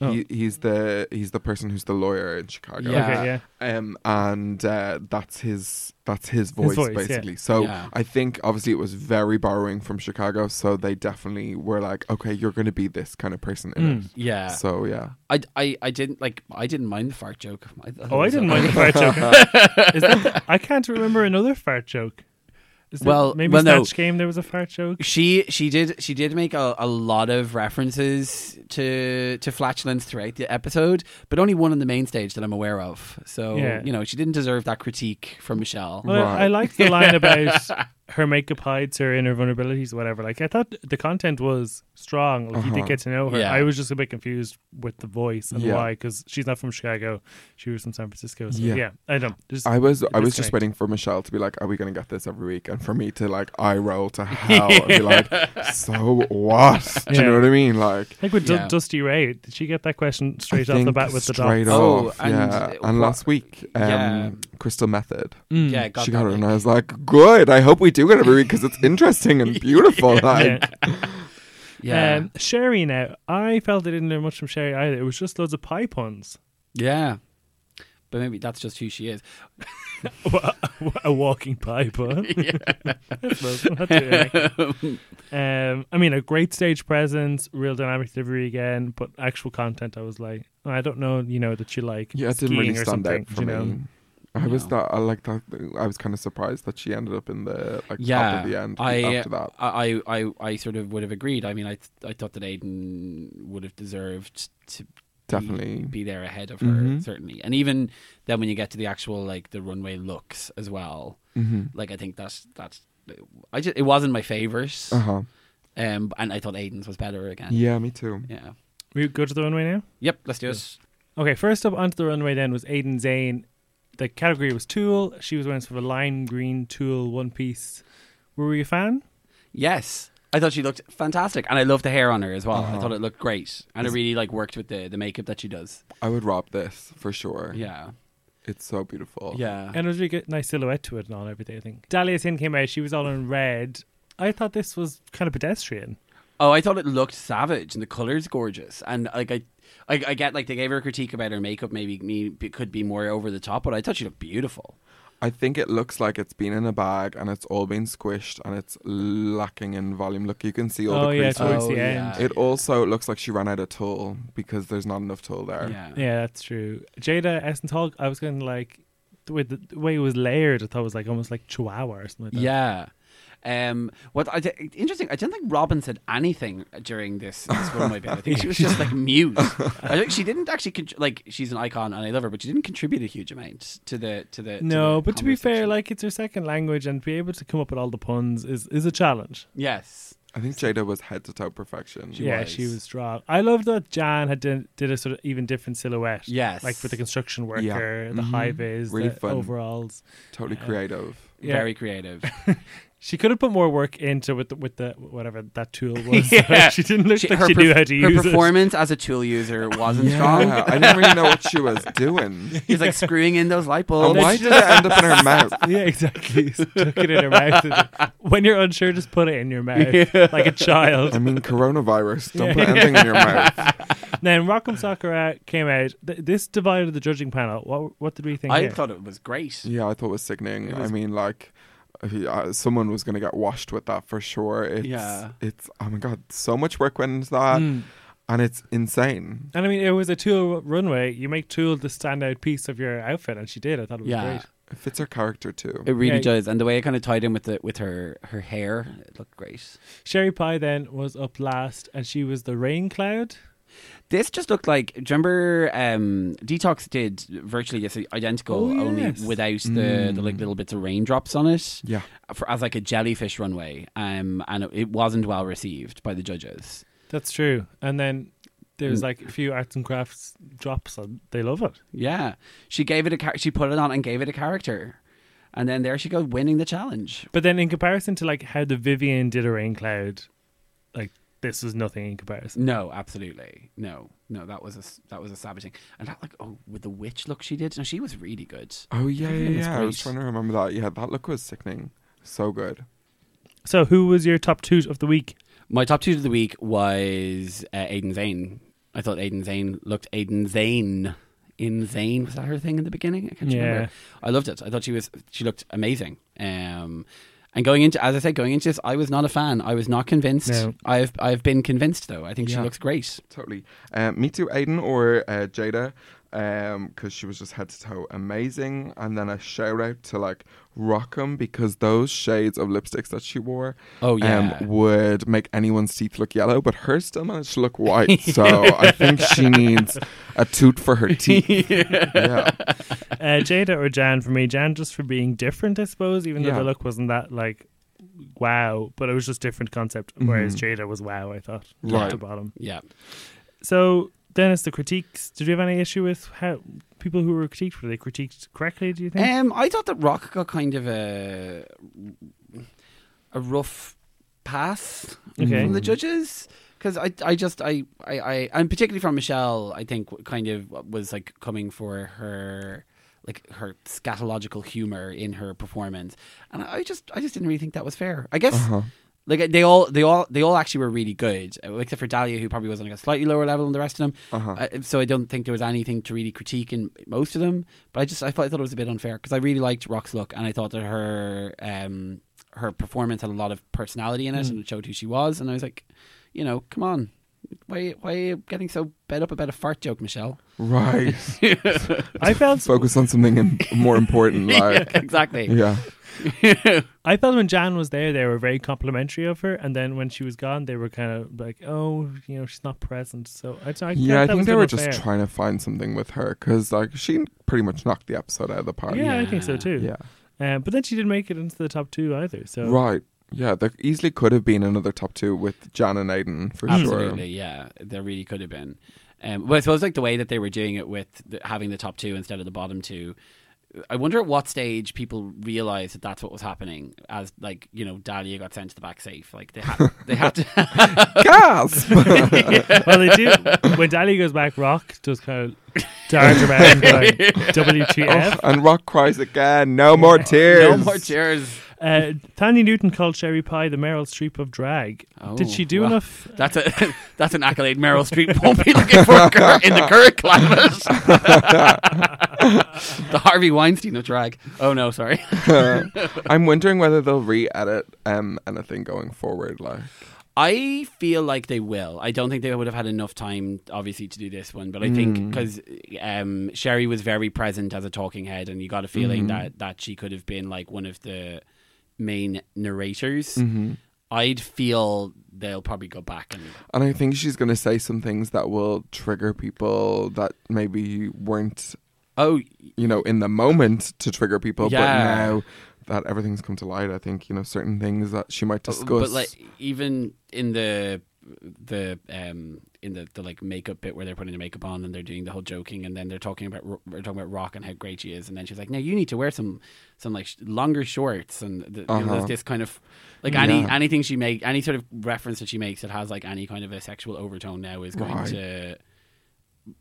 C: He, he's the he's the person who's the lawyer in Chicago.
A: Yeah.
B: Okay, Oh. yeah.
C: um, and uh, that's his that's his voice,
B: voice, yeah.
C: basically. So
A: Yeah.
C: I think obviously it was very borrowing from Chicago, so they definitely were like, okay, you're going to be this kind of person in
B: Mm.
A: yeah,
C: it. So yeah,
A: I, I, I didn't like. I didn't mind the fart joke. I, thought it
B: Oh, I
A: was
B: didn't
A: okay.
B: mind the fart joke. Is that, I can't remember another fart joke. Is there-
A: Well,
B: maybe
A: well, no.
B: Snatch Game there was a fart joke.
A: She she did she did make a, a lot of references to to flatulence throughout the episode, but only one on the main stage that I'm aware of. So
B: Yeah.
A: you know she didn't deserve that critique from Michelle.
B: Well,
C: Right.
B: I liked the line about her makeup hides her inner vulnerabilities, whatever. Like I thought the content was strong. Like you
C: Uh-huh.
B: did get to know her.
A: Yeah.
B: I was just a bit confused with the voice and why,
C: Yeah.
B: 'cause why, because she's not from Chicago. She was from San Francisco. So yeah,
C: Yeah.
B: I don't. Just,
C: I was I was
B: disconnect.
C: just waiting for Michelle to be like, are we going to get this every week? And for me to like eye roll to hell and be like, so what? Do
B: Yeah.
C: you know what I mean? Like.
B: like with Du-
A: Yeah.
B: Dusty Ray, did she get that question
C: I
B: straight off the
C: think
B: bat with the
C: straight
B: dots?
A: Oh,
C: off,
A: and
C: yeah.
A: wha-
C: And last week, um,
A: Yeah.
C: Crystal Method,
B: Mm.
A: Oh, Yeah, got
C: she
A: that
C: got it, and
A: link.
C: I was like, "Good. I hope we do it every week because it's interesting and beautiful." Like,
B: Yeah.
A: Yeah,
B: Um, Sherry now, I felt I didn't learn much from Sherry either. It was just loads of pie puns.
A: yeah, but maybe that's just who she is.
B: a walking pie pun. That's loads. That's it, yeah. um, I mean, a great stage presence, real dynamic delivery again, but actual content, I was like, I don't know, you know, that you like.
C: Yeah, it didn't
B: skiing
C: really
B: or
C: stand
B: something,
C: out for
B: you
C: me.
B: know.
C: I was
A: No.
C: that I like that. I was kind of surprised that she ended up in the like top
A: yeah,
C: of the end
A: I,
C: after that.
A: I, I, I sort of would have agreed. I mean, I, I thought that Aiden would have deserved to be-
C: Definitely.
A: be, there ahead of her,
C: Mhm.
A: certainly. And even then, when you get to the actual like the runway looks as well,
C: Mhm.
A: like I think that's that's. I just it wasn't my favorite,
C: Uh huh.
A: um, and I thought Aiden's was better again.
C: Yeah, me too.
A: Yeah.
B: We go to the runway now?
A: Yep. Let's do it.
B: Okay, first up onto the runway then was Aiden Zane. The category was tulle. She was wearing sort of a lime green tulle one piece. Were we a fan?
A: Yes. I thought she looked fantastic, and I loved the hair on her as well. I
C: Uh-huh.
A: thought it looked great, and it really like worked with the, the makeup that she does.
C: I would rob this for sure.
A: Yeah,
C: it's so beautiful.
A: yeah.
B: And it was really good, nice silhouette to it and all and everything, I think. Dahlia Sin came out. She was all in red. I thought this was kind of pedestrian.
A: Oh, I thought it looked savage, and the colors gorgeous, and like I, I, I get like they gave her a critique about her makeup, maybe me it could be more over the top, but I thought she looked beautiful.
C: I think it looks like it's been in a bag and it's all been squished and it's lacking in volume. Look, you can see all
B: Oh,
C: the
B: yeah,
C: creases.
B: towards
A: Oh,
B: the end.
A: yeah.
C: It also looks like she ran out of tulle because there's not enough tulle there.
A: Yeah,
B: Yeah, that's true. Jada Essence Hall, I was going to like the way, the, the way it was layered. I thought it was like almost like Chihuahua or something. Like that.
A: yeah. Um, what I di- interesting? I don't think Robin said anything during this, this runway bit. I think she was just like mute. I think she didn't actually contr like she's an icon and I love her, but she didn't contribute a huge amount to the to the.
B: No,
A: the
B: but to be fair,
A: conversation.
B: like it's her second language, and to be able to come up with all the puns is is a challenge.
A: yes,
C: I think Jada was head to toe perfection.
A: She
B: yeah,
A: was.
B: she was strong. I love that Jan had did, did a sort of even different silhouette.
A: Yes. Mm-hmm.
B: like with the construction worker, the high vis,
C: Really
B: the
C: fun.
B: overalls.
C: Totally
B: Yeah.
C: creative.
B: Yeah.
A: very creative.
B: She could have put more work into with the, with the whatever that tool was.
A: Yeah.
B: she didn't look
A: She-
B: like she knew how to
A: her
B: use it.
A: performance as a tool user wasn't strong.
C: Yeah, I didn't really know what she was doing.
A: She's like screwing in those light bulbs.
C: and why did it end up in her mouth?
B: Yeah, exactly. She took it in her mouth. and- When you're unsure, just put it in your mouth like a child.
C: I mean, coronavirus. Don't
B: Yeah.
C: put anything in your mouth.
B: Then Rock'em Sakura came out. Th- this divided the judging panel. What what did we think?
A: I
B: here?
A: thought it was great.
C: Yeah, I thought it was sickening.
A: It was-
C: I mean, like, if you- uh, someone was going to get washed with that for sure. It's,
A: Yeah.
C: It's, oh my God, so much work went into
A: uh,
C: that.
B: Mm.
C: And it's insane.
B: And I mean, it was a Tool runway. You make Tool the standout piece of your outfit, and she did. I thought it was
A: Yeah.
B: great.
C: It fits her character too.
A: It really
B: Yeah.
A: does, and the way it kind of tied in with the with her her hair, it looked great.
B: Sherry Pie then was up last, and she was the rain cloud.
A: This just looked like. do you Remember, um, Detox did virtually this identical,
B: Oh, yes.
A: only without the,
C: Mm.
A: the like little bits of raindrops on it,
C: yeah.
A: for, as like a jellyfish runway. Um, and it, it wasn't well received by the judges.
B: That's true. And then there
A: Mm.
B: was like a few arts and crafts drops, and they love it.
A: Yeah, she gave it a char- she put it on and gave it a character, and then there she goes winning the challenge.
B: But then in comparison to like how the Vivian did a rain cloud, like this was nothing in comparison.
A: No, absolutely no, no. That was a s- that was a savaging, and that like oh with the witch look she did. No, she was really good.
C: Oh, yeah, yeah,
A: That's
C: yeah. I was
A: great.
C: trying to remember that. Yeah, that look was sickening. So good.
B: So who was your top two of the week?
A: My top two of the week was uh, Aiden Zane. I thought Aiden Zane looked Aiden Zane. Insane was that her thing in the beginning? I can't
B: Yeah.
A: remember. I loved it. I thought she was she looked amazing. Um, and going into as I said, going into this, I was not a fan. I was not convinced.
B: No.
A: I've I've been convinced though. I think she
C: Yeah.
A: looks great.
C: Totally. Um, me too, Aiden or uh, Jada, because she was just head to toe amazing. And then a shout out to like Rockham because those shades of lipsticks that she wore
A: Oh yeah.
C: um, would make anyone's teeth look yellow, but hers still managed to look white. So I think she needs a toot for her teeth. yeah.
B: Uh, Jada or Jan for me? Jan just for being different, I suppose. Even though
C: Yeah.
B: the look wasn't that like wow, but it was just different concept. Whereas Jada was wow, I thought top
C: Mm-hmm. Right.
B: to bottom.
A: yeah.
B: So Dennis, the critiques. Did you have any issue with how people who were critiqued were they critiqued correctly? Do you
C: Eh.
B: think?
A: Um, I thought that Rock got kind of a a rough pass
B: Okay.
C: Mm.
A: from the judges because I, I just I, I I and particularly from Michelle, I think kind of was like coming for her like her scatological humor in her performance, and I just I just didn't really think that was fair. I guess.
C: Uh-huh.
A: Like they all, they all, they all actually were really good, except for Dahlia, who probably was on like a slightly lower level than the rest of them.
C: Uh-huh.
A: I, so I don't think there was anything to really critique in most of them. But I just I thought, I thought it was a bit unfair because I really liked Rock's look and I thought that her um, her performance had a lot of personality in it and it showed who she was. And I was like, you know, come on, why why are you getting so bed up about a fart joke, Michelle?
C: Right.
B: I felt
C: Focus on something im- more important. Like,
A: exactly.
C: yeah.
B: I felt when Jan was there, they were very complimentary of her, and then when she was gone, they were kind of like, "Oh, you know, she's not present." So I, I
C: Yeah, I
B: felt that
C: think
B: was
C: they
B: a
C: were
B: bit
C: just
B: unfair.
C: trying to find something with her because, like, she pretty much knocked the episode out of the park.
B: Yeah, I think so
A: Yeah.
B: too.
C: Yeah.
B: Uh, but then she didn't make it into the top two either. So
C: Right. Yeah, there easily could have been another top two with Jan and Aiden for
A: Absolutely, yeah. There really could have been. Um, well, I suppose like the way that they were doing it with the, having the top two instead of the bottom two. I wonder at what stage people realized that that's what was happening. As like you know, Dahlia got sent to the back safe. Like they had, they had to.
C: sure. Gasp!
B: well, they do. When Dali goes back, Rock does kind of dart around going, "WTF?"
C: and Rock cries again. No more
A: no
C: tears.
A: more cheers.
B: Uh, Tanya Newton called Sherry Pie the Meryl Streep of drag. Did
A: Oh,
B: she do
A: well,
B: enough?
A: That's a that's an accolade Meryl Streep won't be looking for cur- in the current climate. the Harvey Weinstein of drag. Oh no, sorry.
C: I'm wondering whether they'll re-edit um, anything going forward. Like,
A: I feel like they will. I don't think they would have had enough time, obviously, to do this one. But I think because um, Sherry was very present as a talking head, and you got a feeling that that she could have been like one of the main narrators.
C: Hmm.
B: Mm-hmm.
A: I'd feel they'll probably go back and
C: and I think she's going to say some things that will trigger people that maybe weren't,
A: oh
C: you know, in the moment to trigger people.
A: Yeah.
C: But now that
B: Oh,
C: everything's come to light, I think you know certain things that she might discuss.
A: But like even in the the um in the, the like makeup bit where they're putting the makeup on and they're doing the whole joking and then they're talking about Ro- they're talking about Rock and how great she is and then she's like, no, you need to wear some some like sh- longer shorts and the, you know,
C: Uh-huh.
A: there's this kind of like any
C: Yeah.
A: anything she make any sort of reference that she makes that has like any kind of a sexual overtone now is going
C: Right.
A: to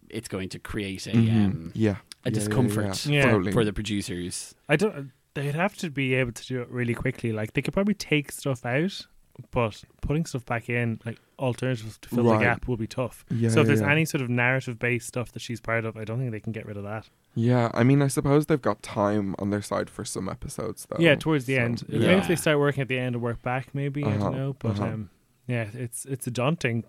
A: it's going to create a
C: Mhm.
A: um,
C: yeah.
A: a
C: Yeah, yeah,
A: discomfort
B: yeah.
A: For,
C: Totally.
A: for the producers.
B: I don't. They'd have to be able to do it really quickly. Like they could probably take stuff out, but putting stuff back in, like alternatives to fill
C: Right.
B: the gap, will be tough.
C: Yeah,
B: so if
C: yeah,
B: there's
C: yeah.
B: any sort of narrative-based stuff that she's part of, I don't think they can get rid of that.
C: Yeah, I mean, I suppose they've got time on their side for some episodes, though.
B: yeah, towards the
C: Oh, so,
B: end.
C: yeah.
B: Maybe if they start working at the end and work back, maybe I
C: Uh-huh,
B: don't know. But
C: uh-huh.
B: um, yeah, it's it's a daunting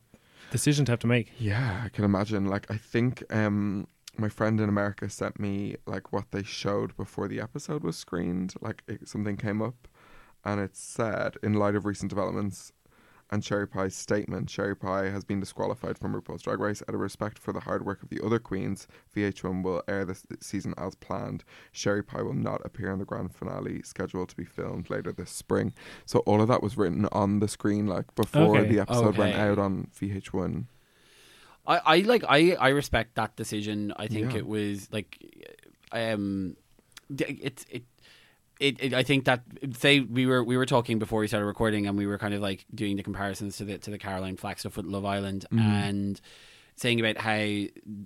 B: decision to have to make.
C: Yeah, I can imagine. Like, I think um, my friend in America sent me like what they showed before the episode was screened. Like, it, something came up, and it said, in light of recent developments and Cherry Pie's statement, Cherry Pie has been disqualified from RuPaul's Drag Race. Out of respect for the hard work of the other queens, VH1 will air this season as planned. Cherry Pie will not appear in the grand finale, scheduled to be filmed later this spring. So all of that was written on the screen, like before
B: Okay.
C: the episode went
A: Okay.
C: out on VH1.
A: I, I like I, I respect that decision. I think
C: Yeah.
A: it was like um d- it's it, it, it I think that say we were we were talking before we started recording and we were kind of like doing the comparisons to the to the Caroline Flack stuff with Love Island and saying about how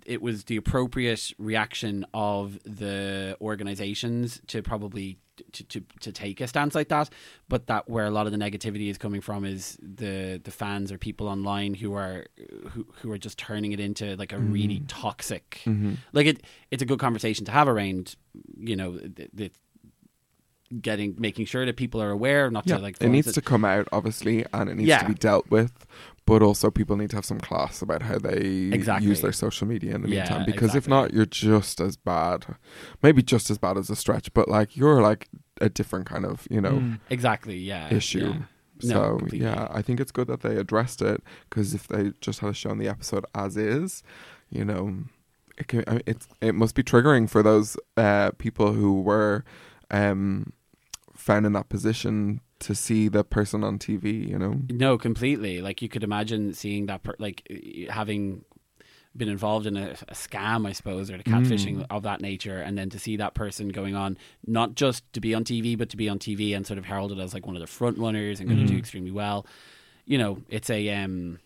A: it was the appropriate reaction of the organizations to probably to, to, to take a stance like that but that where a lot of the negativity is coming from is the the fans or people online who are who, who are just turning it into like a really toxic like it it's a good conversation to have around you know the, the getting making sure that people are aware not
C: Yeah,
A: to like
C: it
A: fall
C: needs
A: into-
C: to come out obviously, and it needs to
A: Yeah.
C: be dealt with. But also, people need to have some class about how they
A: Exactly.
C: use their social media in the
A: Yeah,
C: meantime, because if
A: exactly.
C: not, you're just as bad. Maybe just as bad as a stretch, but like you're like a different kind of you know
A: exactly yeah
C: issue.
A: yeah. No,
C: So
A: completely.
C: yeah, I think it's good that they addressed it because if they just had shown the episode as is, you know, it can, I mean, it's it must be triggering for those uh, people who were um, found in that position to see the person on TV. You know,
A: No, completely. Like you could imagine seeing that, per- like y- having been involved in a, a scam, I suppose, or the
C: Hmm.
A: catfishing of that nature, and then to see that person going on, not just to be on TV, but to be on TV and sort of heralded as like one of the front runners and going
C: Hmm.
A: to do extremely well. You know, it's a um,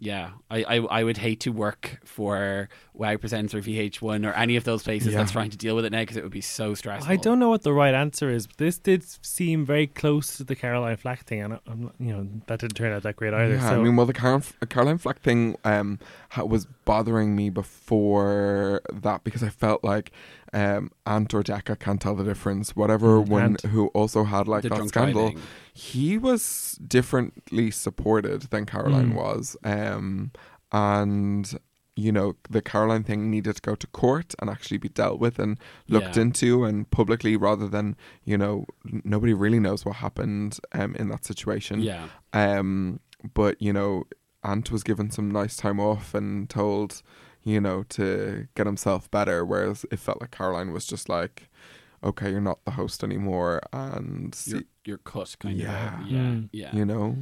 A: yeah. I, I I would hate to work for Wow Presents or VH1 or any of those places
C: Yeah.
A: that's trying to deal with it now because it would be so stressful.
B: I don't know what the right answer is, but this did seem very close to the Caroline Flack thing, and I- I'm not- you know that didn't turn out that great either.
C: yeah.
B: so
C: I mean, well, the Karen, Caroline Flack thing um, ha- was bothering me before that because I felt like um, Ant or Decca can't tell the difference. Whatever
B: Mm,
C: one
B: Ant.
C: who also had like
A: The
C: that
A: drunk
C: scandal.
A: driving.
C: he was differently supported than Caroline
A: Hmm.
B: Mm.
C: was. Um, and you know, the Caroline thing needed to go to court and actually be dealt with and looked
A: Yeah.
C: into and publicly rather than, you know, n- nobody really knows what happened um, in that situation.
A: Yeah.
C: Um, but you know, Ant was given some nice time off and told, you know, to get himself better. Whereas it felt like Caroline was just like, okay, you're not the host anymore, and
A: You're, you're cut, kind
C: Yeah. Hmm.
A: of. Yeah.
B: Mm.
A: Yeah.
C: you know,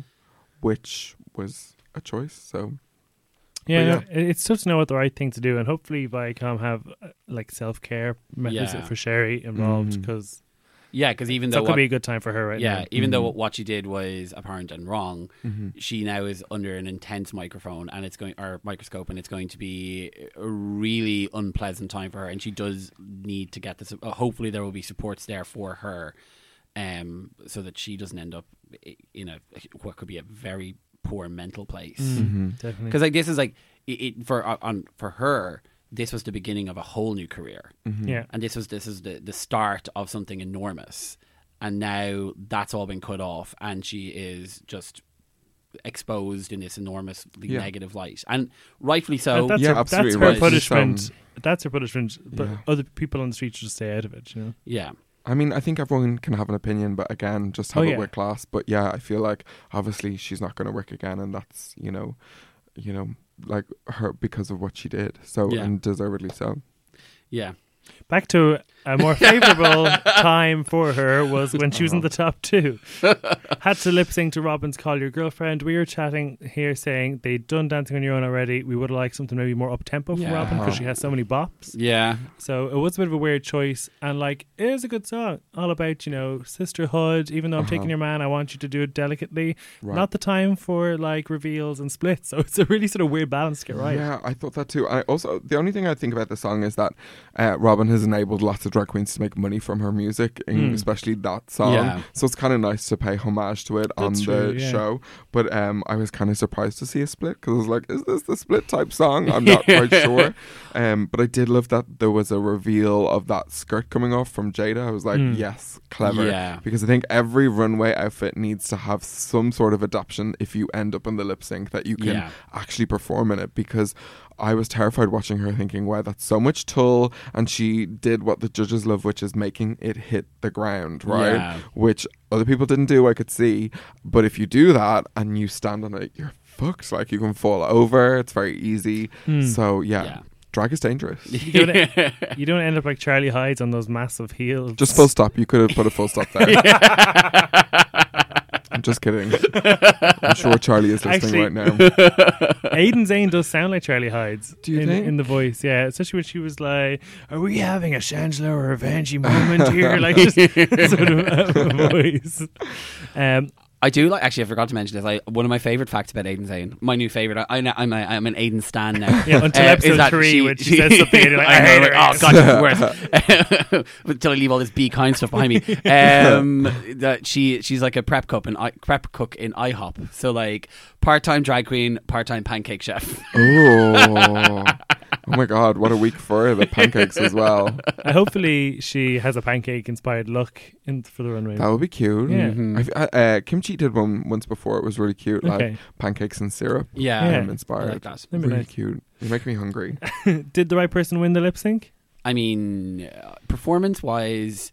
C: which was a choice. So
B: yeah,
C: yeah.
B: no, it- it's tough to know what the right thing to do, and hopefully Viacom have uh, like self care methods
A: Yeah.
B: for Sherry involved
C: Mm.
B: because
A: Yeah, because even
B: that
A: though
B: could
A: what-
B: be a good time for her right
A: yeah,
B: now.
A: even though what she did was apparent and wrong,
C: Mhm.
A: she now is under an intense microphone and it's going or microscope, and it's going to be a really unpleasant time for her. And she does need to get this. Uh, hopefully, there will be supports there for her, um, so that she doesn't end up i- in a what could be a very poor mental place.
B: Mm-hmm.
C: Mm-hmm.
B: definitely.
A: Because like this is like it, it for on for her. This was the beginning of a whole new career
C: mm-hmm.
B: yeah,
A: and this was this is the the start of something enormous and now that's all been cut off and she is just exposed in this enormously
C: Yeah.
A: negative light and rightfully
B: And
A: so
B: that's,
C: yeah,
B: her,
C: absolutely
B: that's her
C: right.
B: punishment.
C: Some-
B: that's her punishment. But
C: Yeah.
B: other people on the street should stay out of it. You know,
A: yeah
C: I mean, I think everyone can have an opinion, but again, just have
B: Oh,
C: it
B: yeah.
C: with class. But yeah, I feel like obviously she's not going to work again, and that's you know, you know, like her because of what she did. So
A: Yeah.
C: and deservedly so.
A: yeah
B: back to A more favourable time for her was when she was in the top two. Had to lip sync to Robin's Call Your Girlfriend. We were chatting here saying they'd done Dancing on Your Own already. We would like something maybe more up tempo from
A: Yeah.
B: Robin because she has so many bops.
A: Yeah.
B: So it was a bit of a weird choice. And like, it is a good song. All about, you know, sisterhood. Even though I'm taking your man, I want you to do it delicately.
C: Uh-huh. Right.
B: Not the time for like reveals and splits. So it's a really sort of weird balance to get right.
C: Yeah, I thought that too. I also the only thing I think about the song is that uh, Robin has enabled lots of drag queens to make money from her music, and
B: Mm.
C: especially that song.
A: Yeah.
C: So it's kind of nice to pay homage to it on
B: That's
C: the
B: true, yeah.
C: show. But um, I was kind of surprised to see a split because I was like, "Is this the split type song?" I'm not quite sure. Um, but I did love that there was a reveal of that skirt coming off from Jada. I was like,
B: Mm.
C: "Yes, clever."
A: Yeah.
C: Because I think every runway outfit needs to have some sort of adaptation if you end up in the lip sync that you can
A: Yeah.
C: actually perform in it because I was terrified watching her thinking, wow, that's so much tulle. And she did what the judges love, which is making it hit the ground, right?
A: Yeah.
C: Which other people didn't do, I could see. But if you do that and you stand on it, you're fucked. Like you can fall over, it's very easy.
B: Hmm.
C: So, yeah,
A: Yeah.
C: drag is dangerous.
B: You don't, you don't end up like Charlie Hyde's on those massive heels.
C: Just full stop. You could have put a full stop there. I'm just kidding. I'm sure Charlie is listening
B: Actually-
C: right now.
B: Aiden Zane does sound like Charlie Hyde's.
C: Do you
B: in,
C: think?
B: in the voice? Yeah, especially when she was like, "Are we having a Shangela or a Vanjie moment here?" Like just sort of uh, voice. Um,
A: I do like. Actually, I forgot to mention this. I, one of my favorite facts about Aiden Zane, my new favorite. I, I, know- I'm, a, I'm an Aiden stan now. Uh,
B: Yeah, until
A: is
B: episode
A: that
B: three, when she says something and you're like, I hate
A: know,
B: her.
A: like, Oh god, she's worse. until I leave all this be kind stuff behind me. Um, that she she's like a prep cook in I, prep cook in IHOP. So like part time drag queen, part time pancake chef.
C: Oh. Oh my god, what a week for the pancakes as well.
B: uh, hopefully, she has a pancake-inspired look in for the runway.
C: That would be cute.
B: Yeah.
C: I've, uh, uh, kimchi did one once before. It was really cute, like
B: Okay.
C: pancakes and syrup.
A: yeah,
B: Yeah.
C: I'm
A: I
C: inspired.
A: like that.
B: That'd be
C: really
B: nice.
C: cute. You make me hungry.
B: Did the right person win the lip sync?
A: I mean, performance wise,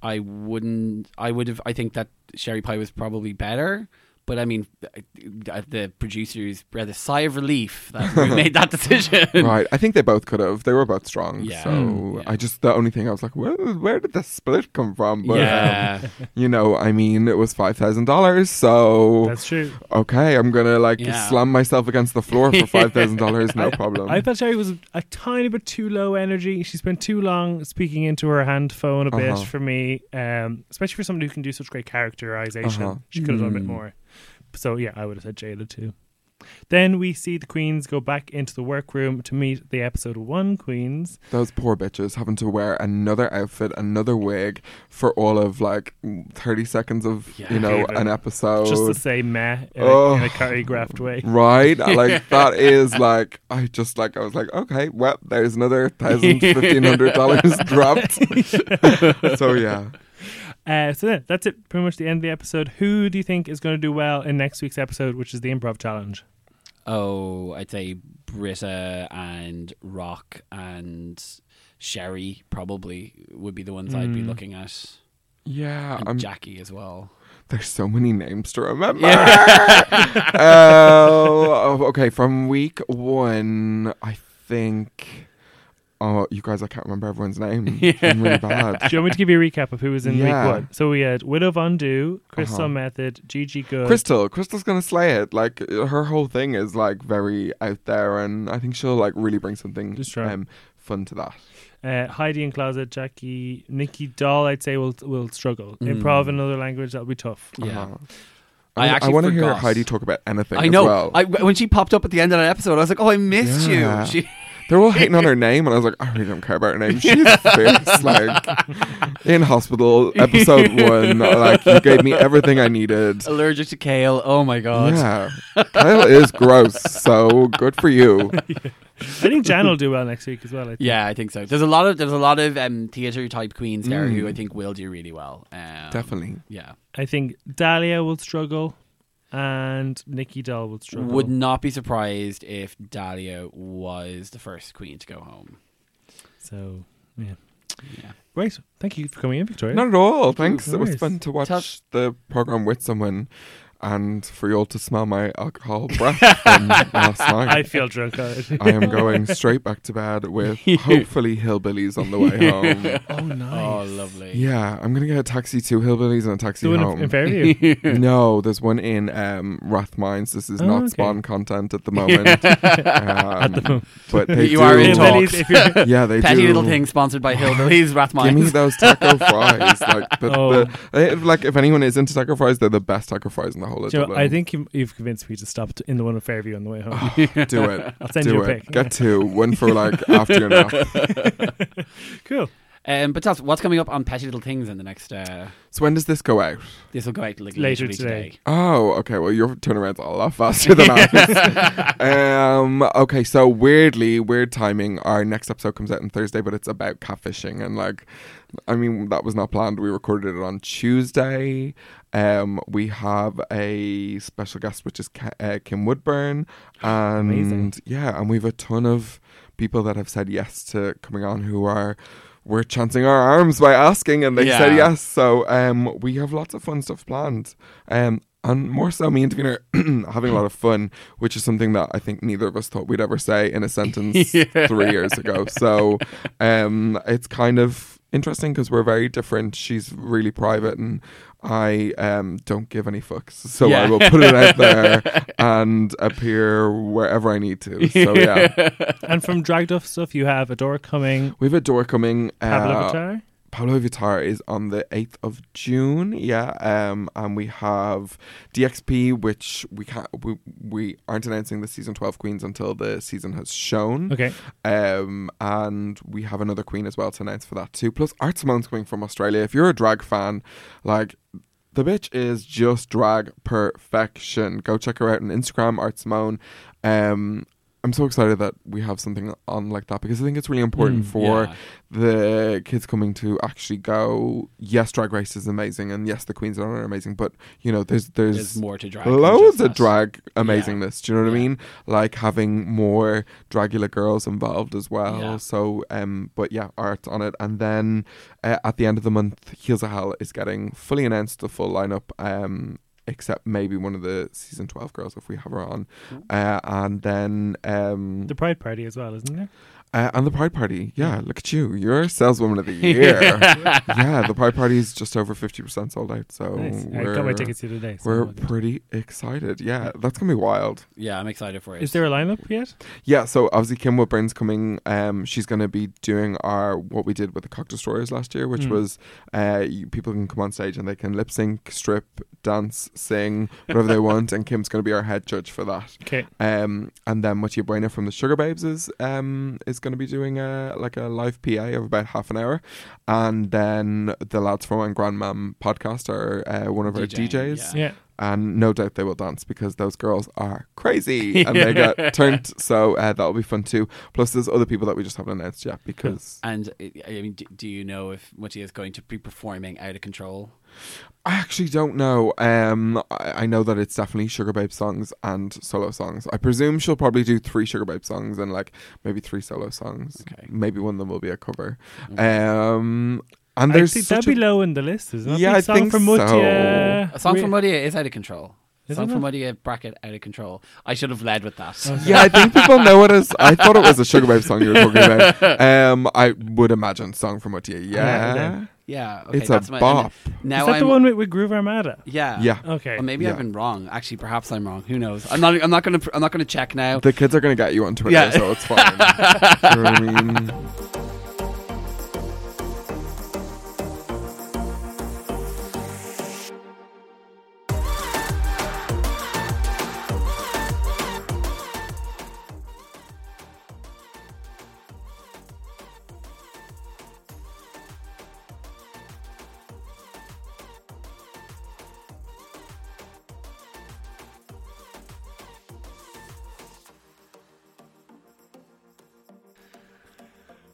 A: I wouldn't. I would have. I think that Sherry Pie was probably better. But I mean, the the producers breathed a sigh of relief that we made that decision.
C: right. I think they both could have. They were both strong.
A: Yeah.
C: So
A: Mm, yeah.
C: I just the only thing I was like, where where did the split come from? But um,
A: Yeah,
C: you know, I mean, it was five thousand dollars. So
B: That's true.
C: okay, I'm gonna like
A: Yeah.
C: slam myself against the floor for five thousand dollars. No problem.
B: I felt Sherry was a tiny bit too low energy. She spent too long speaking into her hand phone a bit
C: Uh-huh.
B: for me, um, especially for somebody who can do such great characterization.
C: Uh-huh.
B: She could have done a bit
A: Mm.
B: more. So yeah, I would have said Jada too. Then we see the queens go back into the workroom to meet the episode one queens.
C: Those poor bitches having to wear another outfit, another wig for all of like 30 seconds of,
A: Yeah.
C: you know,
B: Haven.
C: an episode.
B: Just to say meh in, a,
C: Oh.
B: in a choreographed way.
C: Right, like that is like I just like I was like, okay, well, there's another thousand fifteen hundred dollars dropped. so yeah,
B: Uh, so then, that's it. Pretty much the end of the episode. Who do you think is going to do well in next week's episode, which is the improv challenge?
A: Oh, I'd say Britta and Rock and Sherry probably would be the ones I'd be
B: Mm.
A: looking at,
C: yeah.
A: and
C: Uh, I'm,
A: Jackie as well.
C: there's so many names to remember. Oh, okay, from week one, I think. Oh, you guys, I can't remember everyone's name. I'm really bad.
B: Do you want me to give you a recap of who was in
C: Yeah.
B: week one? So we had Widow Von Du, Crystal
C: Uh-huh.
B: Method, Gigi Good.
C: Crystal, Crystal's gonna slay it. Like her whole thing is like very out there, and I think she'll like really bring something
B: That's true.
C: um, fun to that.
B: uh, Heidi in Closet, Jackie, Nikki Doll, I'd say will will struggle.
A: Mm.
B: Improv in another language, that'll be tough.
C: Uh-huh.
A: Yeah. I
C: I, I
A: actually
C: want to hear
A: forgot.
C: Heidi talk about anything.
A: I know.
C: As well.
A: I, when she popped up at the end of that episode, I was like, "Oh, I missed
C: Yeah.
A: you." She,
C: They're all hating on her name, and I was like, I really don't care about her name. She's fierce. Like in hospital, episode one. Like you gave me everything I needed.
A: allergic to kale. Oh my god.
C: Yeah, Kyle is gross. So good for you.
B: I think Jan will do well next week as well. I think.
A: Yeah, I think so. There's a lot of there's a lot of um, theater type queens there who
C: Mm.
A: I think will do really well. Um,
C: Definitely.
A: Yeah.
B: I think Dahlia will struggle, and Nikki Doll will struggle.
A: Would not be surprised if Dahlia was the first queen to go home.
B: so yeah.
A: Yeah.
B: Great. Thank you for coming in, Victoria.
C: Not at all. Thanks.
B: no
C: It was
B: worries.
C: fun to watch
A: Tough.
C: the program with someone. and for you all to smell my alcohol breath from last night.
B: I feel drunk already.
C: I am going straight back to bed with hopefully hillbillies on the way home.
B: oh,
A: Oh,
B: nice.
A: lovely.
C: Yeah, I'm gonna get a taxi to hillbillies and a taxi
B: Doing
C: home.
B: in Fairview.
C: no, there's one in um, Rathmines. This is
B: Oh,
C: not
B: okay.
C: Spawn content at the moment. um, but they
A: You
C: do
A: are in
C: talk.
B: Hillbillies, if you're-
C: Yeah, they
A: Petty
C: do.
A: little thing sponsored by Hillbillies
C: Give me
A: Rathmines.
C: those taco fries. Like, the,
B: Oh.
C: the, eh, like, if anyone is into taco fries, they're the best taco fries in the whole of
B: Do you know,
C: Dublin.
B: I think you, you've convinced me to stop t- in the one in Fairview on the way home.
C: do it.
B: I'll send
C: Ah, do
B: you a
C: it.
B: pic.
C: Get two. One for like after your nap.
B: cool.
A: Um, but tell us, what's coming up on Petty Little Things in the next? Uh,
C: So when does this go out?
A: this will go out like,
B: Later
A: literally
B: today.
C: Oh, okay. Well, your turnaround's a lot faster than ours. um, okay, so weirdly, weird timing. Our next episode comes out on Thursday, but it's about catfishing. And, like, I mean, that was not planned. We recorded it on Tuesday. Um, we have a special guest, which is Ka- uh, Kim Woodburn. And,
B: Amazing.
C: yeah, and we have a ton of people that have said yes to coming on who are. We're chancing our arms by asking, and they said
A: Yeah.
C: yes. So um, we have lots of fun stuff planned. Um, and more so, me and Davina are having a lot of fun, which is something that I think neither of us thought we'd ever say in a sentence three years ago. So um, it's kind of interesting because we're very different. She's really private, and I um, don't give any fucks. So
A: Yeah.
C: I will put it out there and appear wherever I need to. So yeah.
B: And from Dragged Off stuff, you have Adora coming,
C: We have a door coming.
B: Pablo
C: uh,
B: Vittar.
C: Paolo Vittar is on the 8th of June, yeah. Um, and we have DXP, which we can't, we, we aren't announcing the season 12 queens until the season has shown.
B: Okay.
C: Um, and we have another queen as well to announce for that too. Plus, Art Simone's coming from Australia. If you're a drag fan, like, the bitch is just drag perfection. Go check her out on Instagram, Art Simone. Um, I'm so excited that we have something on like that because I think it's really important
B: Mm,
C: for
A: yeah.
C: the kids coming to actually go. Yes, Drag Race is amazing, and yes, the Queens on are amazing. But you know, there's there's,
A: There's more to drag. than
C: loads
A: just
C: of
A: that.
C: drag amazingness. Do you know what
A: Yeah.
C: I mean? Like having more Dragula girls involved as well.
A: Yeah.
C: So, um, but yeah, art on it. And then uh, at the end of the month, Heels of Hell is getting fully announced the full lineup. Um, except maybe one of the season twelve girls if we have her on, uh, and then um,
B: The Pride Party as well, isn't there?
C: uh, and the Pride Party, yeah, look at you. You're saleswoman of the year. yeah, the Pride Party is just over 50% sold out. So
B: nice. I
C: Oh, we're,
B: got my tickets the other day. so
C: we're
B: I'm all good.
C: pretty excited. Yeah, that's going to be wild.
A: Yeah, I'm excited for it.
B: Is there a lineup yet?
C: Yeah, so obviously Kim Woodburn's coming. Um, she's going to be doing our what we did with the Cock Destroyers last year, which
B: Mm.
C: was uh, you, people can come on stage and they can lip sync, strip, dance, sing, whatever they want. And Kim's going to be our head judge for that.
B: Okay.
C: Um, and then Muchia Buena from the Sugar Babes is um, is going to be doing a like a live PA of about half an hour, and then the lads from One Grandmam podcast are uh, one of
A: DJing,
C: our DJs,
A: Yeah.
B: Yeah.
C: and no doubt they will dance because those girls are crazy and they got turned. So uh, that'll be fun too. Plus, there's other people that we just haven't announced yet because
A: And uh, I mean, d- do you know if Mutti is going to be performing out of control?
C: I actually don't know. Um, I, I know that it's definitely Sugar Babe songs and solo songs. I presume she'll probably do three Sugar Babe songs and like maybe three solo songs.
A: Okay.
C: Maybe one of them will be a cover. Um, and
B: I
C: there's
B: think
C: such
B: that'd
C: a,
B: be low in the list, isn't it?
C: Yeah,
B: Big
C: I
B: song
C: think
B: from
C: so.
B: Mutia.
A: A song
B: We-
A: from Mutti is out of control. A song
B: Isn't
A: from Mutti bracket out of control. I should have led with that.
B: Oh,
C: yeah, I think people know it as. I thought it was a Sugar Babe song you were talking about. Um, I would imagine song from
B: Yeah,
C: Otia. Yeah,
B: then.
A: Yeah, okay,
C: It's a
A: that's my,
C: bop.
A: and Now
B: Is that
A: I'm
B: the one with, with Groove Armada?
A: yeah
C: yeah.
B: Okay.
A: Well, maybe I've
C: Yeah.
A: been wrong. Actually, perhaps I'm wrong. Who knows? I'm not. I'm not gonna. I'm not gonna check
B: Oh.
A: now.
C: The kids are gonna get you on Twitter,
A: Yeah.
C: so it's fine. Do you know what I mean?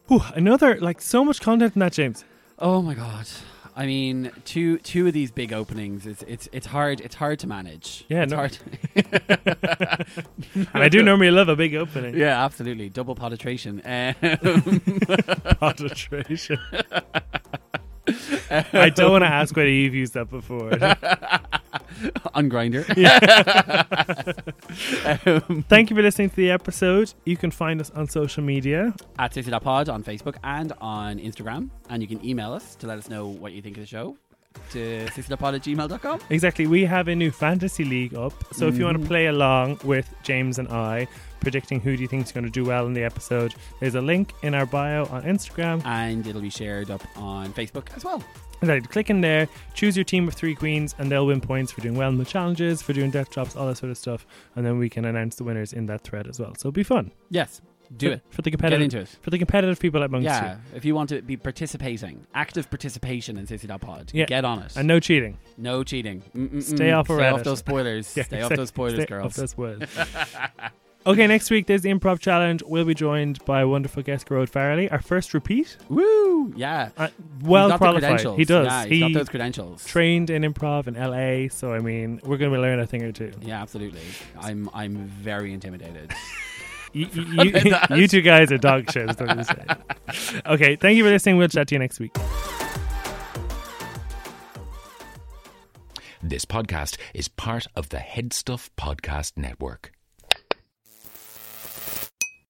B: Whew, another, like, so much content in that, James.
A: oh my god. I mean, two two of these big openings. It's it's it's hard. It's hard to manage.
B: Yeah,
A: it's
B: no.
A: hard.
B: And I do normally love a big opening.
A: yeah, absolutely. Double penetration. Uh,
B: Penetration. I don't want to ask whether you've used that before.
A: on Grinder.
B: Thank you for listening to the episode. You can find us on social media.
A: at Pod on Facebook and on Instagram. And you can email us to let us know what you think of the show to sixtythatpod at gmail.com.
B: Exactly. We have a new fantasy league up. So if you want to
A: Mhm.
B: play along with James and I predicting who do you think is going to do well in the episode, there's a link in our bio on Instagram.
A: And it'll be shared up on Facebook as well.
B: Exactly. Click in there, choose your team of three queens, and they'll win points for doing well in the challenges, for doing death drops, all that sort of stuff. And then we can announce the winners in that thread as well. So it'll be fun.
A: Yes, do
B: for,
A: it.
B: for the
A: Get
B: competitive
A: into it.
B: for the competitive people amongst
A: Yeah,
B: you,
A: if you want to be participating, active participation in Sissy.pod,
B: Yeah.
A: get on it.
B: and no cheating.
A: no cheating. Mm-mm-mm.
B: Stay off of
A: Stay
B: Reddit.
A: off those spoilers.
B: Yeah,
A: Stay off
B: exactly.
A: those spoilers,
B: Stay
A: girls.
B: off those words. okay, next week there's the improv challenge. We'll be joined by wonderful guest Gerard Farrelly, our first repeat.
A: Woo! Yeah.
B: Uh, well
A: He's got the
B: qualified.
A: credentials.
B: He does.
A: Yeah, he's
B: he
A: got those credentials.
B: trained in improv in LA, so I mean, we're going to learn a thing or two.
A: yeah, absolutely. I'm I'm very intimidated.
B: You, you, you, you two guys are dog shit. is what I'm saying. okay, thank you for listening. We'll chat to you next week.
D: This podcast is part of the Headstuff Podcast Network.